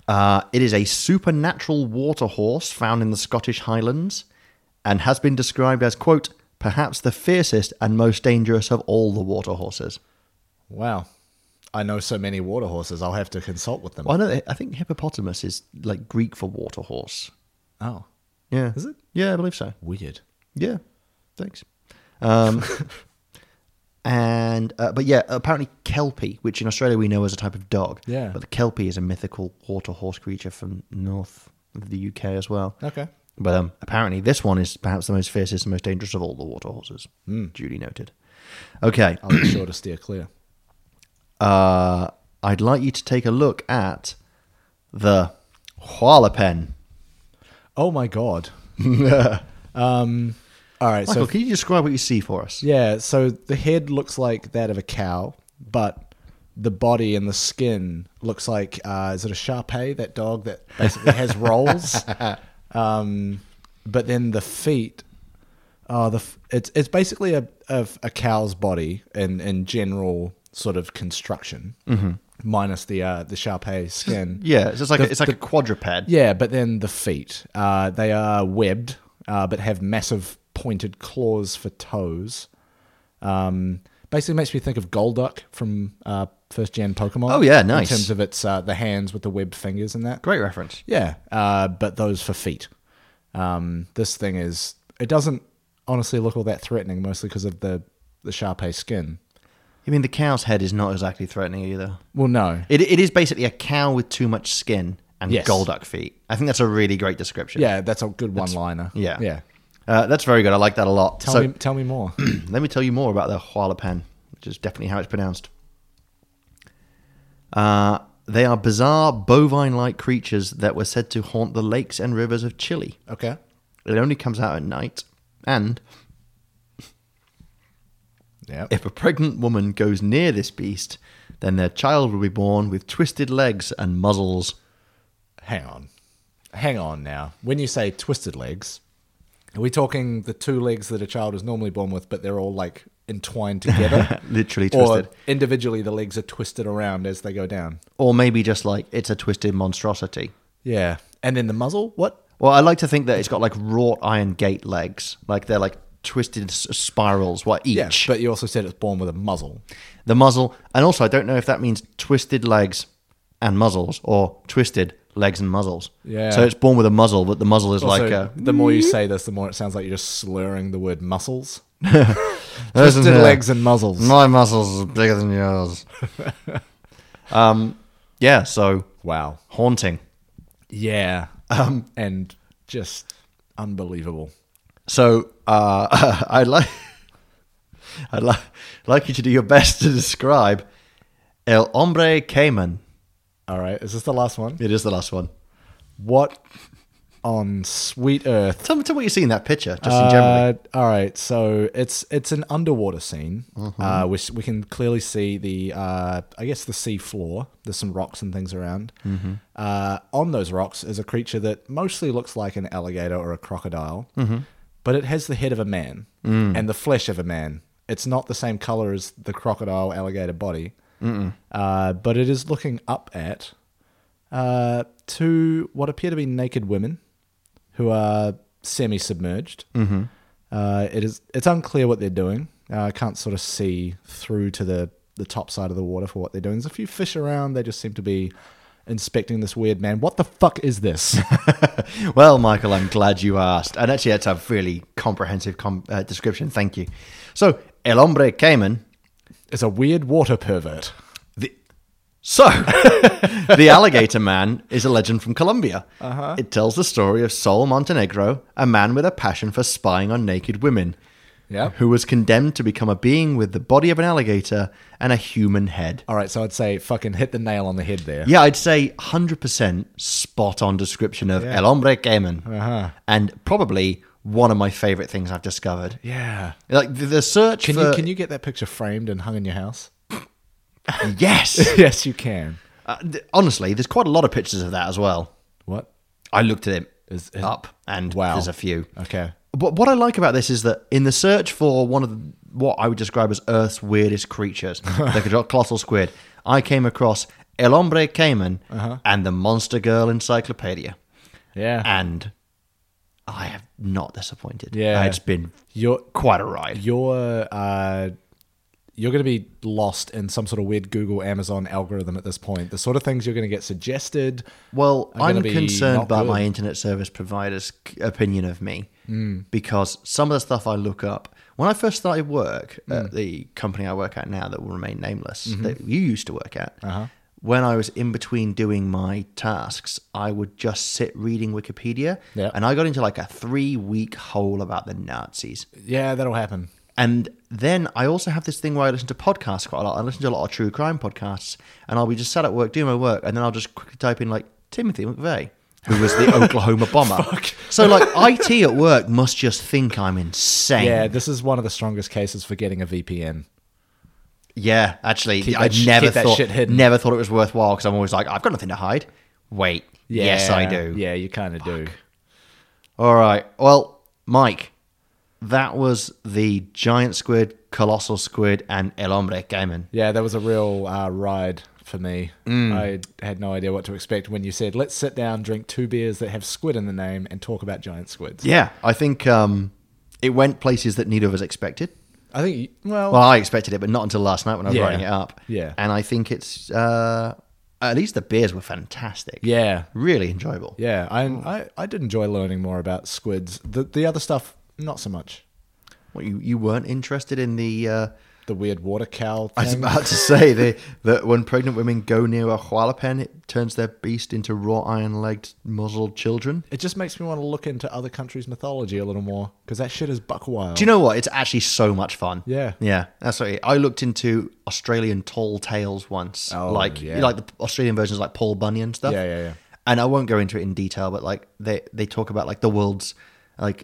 Speaker 1: Uh, it is a supernatural water horse found in the Scottish Highlands and has been described as, quote, perhaps the fiercest and most dangerous of all the water horses.
Speaker 2: Wow. I know so many water horses. I'll have to consult with them.
Speaker 1: Well, I, know, I think hippopotamus is like Greek for water horse.
Speaker 2: Oh,
Speaker 1: Yeah.
Speaker 2: Is it?
Speaker 1: Yeah, I believe so.
Speaker 2: weird.
Speaker 1: Yeah. Thanks.
Speaker 2: (laughs)
Speaker 1: Um, and, uh, but yeah, apparently Kelpie, which in Australia we know as a type of dog.
Speaker 2: Yeah.
Speaker 1: But the Kelpie is a mythical water horse creature from north of the UK as well.
Speaker 2: Okay.
Speaker 1: But um, apparently, this one is perhaps the most fiercest and most dangerous of all the water horses.
Speaker 2: Hmm.
Speaker 1: Duly noted. Okay,
Speaker 2: I'll be sure to steer clear.
Speaker 1: uh, I'd like you to take a look at the Huala pen.
Speaker 2: Oh my (coughs) god. um. All right.
Speaker 1: Michael,
Speaker 2: so
Speaker 1: can you describe what you see for us?
Speaker 2: yeah. So the head looks like that of a cow, but the body and the skin looks like uh, is it a Shar-Pei, that dog that basically has rolls. Um, but then the feet. Oh, the f- it's it's basically a of a cow's body in in general sort of construction, minus the uh, the
Speaker 1: (laughs)
Speaker 2: Shar-Pei skin.
Speaker 1: Yeah, it's just like
Speaker 2: The-
Speaker 1: a, it's like
Speaker 2: the-
Speaker 1: a quadruped.
Speaker 2: Yeah, but then the feet. Uh, they are webbed, uh, but have massive pointed claws for toes. Um, basically makes me think of Golduck from uh, first gen Pokemon.
Speaker 1: Oh, yeah, nice.
Speaker 2: In terms of its uh, the hands with the webbed fingers and that.
Speaker 1: Great reference.
Speaker 2: Yeah, uh, but those for feet. Um, this thing is. It doesn't honestly look all that threatening, mostly because of the the Sharpei skin.
Speaker 1: I mean, the cow's head is not exactly threatening either.
Speaker 2: Well, no.
Speaker 1: It, it is basically a cow with too much skin and
Speaker 2: Yes.
Speaker 1: golduck feet. I think that's a really great description.
Speaker 2: Yeah, that's a good one liner.
Speaker 1: Yeah.
Speaker 2: yeah.
Speaker 1: Uh, that's very good. I like that a lot.
Speaker 2: Tell
Speaker 1: so,
Speaker 2: me, tell me
Speaker 1: (clears throat)
Speaker 2: more.
Speaker 1: Let me tell you more about the Hualapan, which is definitely how it's pronounced. Uh, they are bizarre bovine like creatures that were said to haunt the lakes and rivers of Chile.
Speaker 2: okay.
Speaker 1: It only comes out at night, and
Speaker 2: Yeah.
Speaker 1: if a pregnant woman goes near this beast, then their child will be born with twisted legs and muzzles.
Speaker 2: hang on, hang on now. When you say twisted legs, are we talking the two legs that a child is normally born with, but they're all like entwined together?
Speaker 1: (laughs) Literally
Speaker 2: Or
Speaker 1: twisted.
Speaker 2: individually, the legs are twisted around as they go down.
Speaker 1: Or maybe just like it's a twisted monstrosity.
Speaker 2: Yeah. And then the muzzle? What?
Speaker 1: Well, I like to think that it's got like wrought iron gate legs. Like they're like twisted s- spirals, what each.
Speaker 2: Yeah. But you also said it's born with a muzzle.
Speaker 1: the muzzle, and also I don't know if that means twisted legs and muzzles or twisted legs and muzzles.
Speaker 2: Yeah.
Speaker 1: So it's born with a muzzle, but the muzzle is like
Speaker 2: Also,
Speaker 1: a
Speaker 2: the more you say this, the more it sounds like you're just slurring the
Speaker 1: (laughs)
Speaker 2: word muscles.
Speaker 1: Those (laughs)
Speaker 2: Twisted
Speaker 1: are-
Speaker 2: legs and muzzles.
Speaker 1: My muscles are bigger than yours.
Speaker 2: (laughs)
Speaker 1: um, yeah. So
Speaker 2: wow.
Speaker 1: haunting.
Speaker 2: Yeah. Um, and just unbelievable.
Speaker 1: So uh, (laughs) I like I'd li- like you to do your best to describe El Hombre Cayman.
Speaker 2: All right. Is this the last one?
Speaker 1: It is the last one.
Speaker 2: What on sweet earth?
Speaker 1: Tell me, tell me what you see in that picture, just in general.
Speaker 2: Uh, all right, so it's it's an underwater scene. Uh, we s- we can clearly see the uh, I guess the sea floor. There's some rocks and things around. Uh, on those rocks is a creature that mostly looks like an alligator or a crocodile, but it has the head of a man and the flesh of a man. It's not the same color as the crocodile alligator body, uh, but it is looking up at uh, two what appear to be naked women who are semi-submerged. Mm-hmm. Uh, it is it's unclear what they're doing. Uh, I can't sort of see through to the the top side of the water for what they're doing. There's a few fish around. They just seem to be inspecting this weird man. What the fuck is (laughs) this?
Speaker 1: (laughs) Well, Michael, I'm glad you asked. And actually, that's a really comprehensive com- uh, description. Thank you. So, El Hombre Cayman.
Speaker 2: it's a weird water pervert.
Speaker 1: The- so, (laughs) the alligator man is a legend from Colombia. It tells the story of Sol Montenegro, a man with a passion for spying on naked women.
Speaker 2: Yeah.
Speaker 1: who was condemned to become a being with the body of an alligator and a human head.
Speaker 2: All right, so I'd say fucking hit the nail on the head there.
Speaker 1: Yeah, I'd say 100% spot on description of El Hombre que Aman.
Speaker 2: Uh-huh.
Speaker 1: And probably one of my favorite things I've discovered.
Speaker 2: Yeah.
Speaker 1: Like the, the search
Speaker 2: Can
Speaker 1: for
Speaker 2: you can you get that picture framed and hung in your house?
Speaker 1: (laughs) Yes.
Speaker 2: (laughs) yes, you can.
Speaker 1: Uh, th- honestly, there's quite a lot of pictures of that as well.
Speaker 2: What?
Speaker 1: I looked at it
Speaker 2: Is- is-
Speaker 1: up and
Speaker 2: Wow.
Speaker 1: there's a few.
Speaker 2: Okay.
Speaker 1: But what I like about this is that in the search for one of the- what I would describe as Earth's weirdest creatures, the colossal squid, I came across El Hombre Cayman and the Monster Girl Encyclopedia.
Speaker 2: Yeah.
Speaker 1: And I have not disappointed.
Speaker 2: Yeah.
Speaker 1: It's been
Speaker 2: Your
Speaker 1: quite a ride.
Speaker 2: your uh you're going to be lost in some sort of weird Google Amazon algorithm at this point. The sort of things you're going to get suggested.
Speaker 1: Well,
Speaker 2: are gonna
Speaker 1: I'm
Speaker 2: be
Speaker 1: concerned
Speaker 2: not
Speaker 1: about
Speaker 2: good. Hmm.
Speaker 1: my internet service provider's c- opinion of me because some of the stuff I look up when I first started work
Speaker 2: Hmm.
Speaker 1: at the company I work at now that will remain nameless
Speaker 2: Mm-hmm.
Speaker 1: that you used to work at.
Speaker 2: Uh-huh.
Speaker 1: When I was in between doing my tasks, I would just sit reading Wikipedia,
Speaker 2: Yeah.
Speaker 1: and I got into like a three-week hole about the Nazis.
Speaker 2: Yeah, that'll happen.
Speaker 1: And then I also have this thing where I listen to podcasts quite a lot. I listen to a lot of true crime podcasts, and I'll be just sat at work doing my work, and then I'll just quickly type in like Timothy McVeigh, who was
Speaker 2: (laughs)
Speaker 1: the Oklahoma bomber. So like IT at work must just think I'm insane.
Speaker 2: Yeah, this is one of the strongest cases for getting a VPN.
Speaker 1: Yeah, actually,
Speaker 2: Keep
Speaker 1: I
Speaker 2: that sh-
Speaker 1: never
Speaker 2: keep that
Speaker 1: thought
Speaker 2: shit hidden.
Speaker 1: never thought it was worthwhile because I'm always like I've got nothing to hide. Wait, yes I do.
Speaker 2: Yeah, you kind of do.
Speaker 1: All right. Well, Mike, that was the giant squid, colossal squid, and El Hombre Cayman.
Speaker 2: Yeah, that was a real uh, ride for me.
Speaker 1: Mm.
Speaker 2: I had no idea what to expect when you said, "Let's sit down, drink two beers that have squid in the name, and talk about giant squids."
Speaker 1: Yeah, I think um, it went places that neither of us expected.
Speaker 2: I think you- well,
Speaker 1: Well, I expected it, but not until last night when I was
Speaker 2: Yeah.
Speaker 1: writing it up.
Speaker 2: Yeah.
Speaker 1: and I think it's uh, at least the beers were fantastic.
Speaker 2: yeah,
Speaker 1: really enjoyable.
Speaker 2: yeah. I,
Speaker 1: oh.
Speaker 2: I I did enjoy learning more about squids. The the other stuff, not so much.
Speaker 1: What, you you weren't interested in the.
Speaker 2: (laughs)
Speaker 1: Uh,
Speaker 2: The weird water cow. Thing.
Speaker 1: I was about to say the, that when pregnant women go near a koala pen, it turns their beast into raw iron-legged, muzzled children.
Speaker 2: it just makes me want to look into other countries' mythology a little more because that shit is buck wild.
Speaker 1: Do you know what? It's actually so much fun.
Speaker 2: Yeah.
Speaker 1: yeah. That's right. I looked into Australian tall tales once,
Speaker 2: Oh,
Speaker 1: like
Speaker 2: yeah.
Speaker 1: like the Australian versions, like Paul Bunyan stuff.
Speaker 2: Yeah, yeah, yeah.
Speaker 1: And I won't go into it in detail, but like they they talk about like the world's like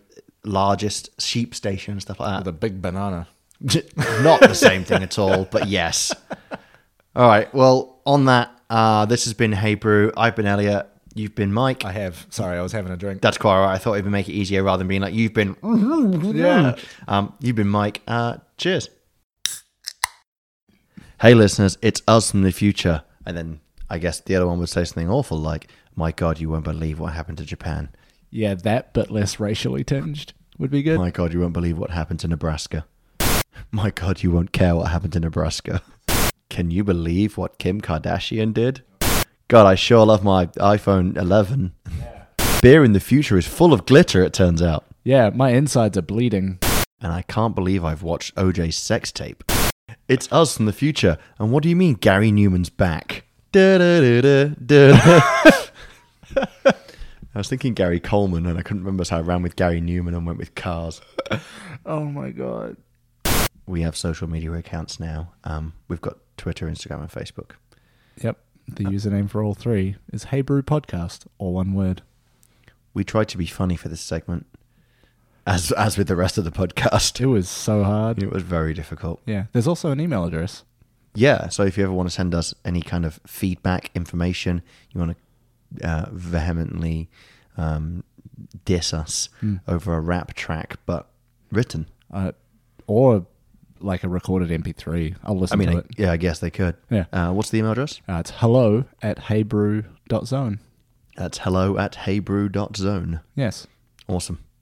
Speaker 1: largest sheep station and stuff like
Speaker 2: the big banana?
Speaker 1: that. (laughs) Not the same thing at all, but yes. All right. Well, on that, uh, this has been Hey Brew. I've been Elliot. You've been Mike.
Speaker 2: I have. Sorry, I was having a drink.
Speaker 1: That's quite all right. I thought it would make it easier rather than being like you've been.
Speaker 2: yeah.
Speaker 1: (laughs) Um, you've been Mike. Uh, cheers. Hey, listeners, it's us from the future. And then I guess the other one would say something awful like, My God, you won't believe what happened to Japan.
Speaker 2: Yeah, that but less racially tinged would be good.
Speaker 1: My God, you won't believe what happened to Nebraska. (laughs) My God, you won't care what happened to Nebraska. (laughs) Can you believe what Kim Kardashian did? God, I sure love my iPhone 11. (laughs) Beer in the future is full of glitter, it turns out.
Speaker 2: Yeah, my insides are bleeding.
Speaker 1: and I can't believe I've watched OJ's sex tape. It's us from the future, and what do you mean Gary Newman's back? Da-da-da-da, da-da. I was thinking Gary Coleman, and I couldn't remember, so I ran with Gary Newman and went with cars.
Speaker 2: Oh my god.
Speaker 1: We have social media accounts now. Um, we've got Twitter, Instagram, and Facebook.
Speaker 2: Yep. The username for all three is Hey Brew Podcast, all one word.
Speaker 1: We tried to be funny for this segment, as as with the rest of the podcast.
Speaker 2: It was so hard.
Speaker 1: It was very difficult.
Speaker 2: Yeah. There's also an email address.
Speaker 1: yeah so if you ever want to send us any kind of feedback information you want to uh, vehemently um, diss us
Speaker 2: Hmm.
Speaker 1: over a rap track but written
Speaker 2: Uh, or like a recorded MP3. I'll
Speaker 1: i
Speaker 2: listen
Speaker 1: mean
Speaker 2: to
Speaker 1: I,
Speaker 2: it.
Speaker 1: yeah i guess they could
Speaker 2: Yeah.
Speaker 1: uh, what's the email address
Speaker 2: Uh, it's hello at heybrew.zone.
Speaker 1: that's hello at heybrew.zone
Speaker 2: Yes.
Speaker 1: awesome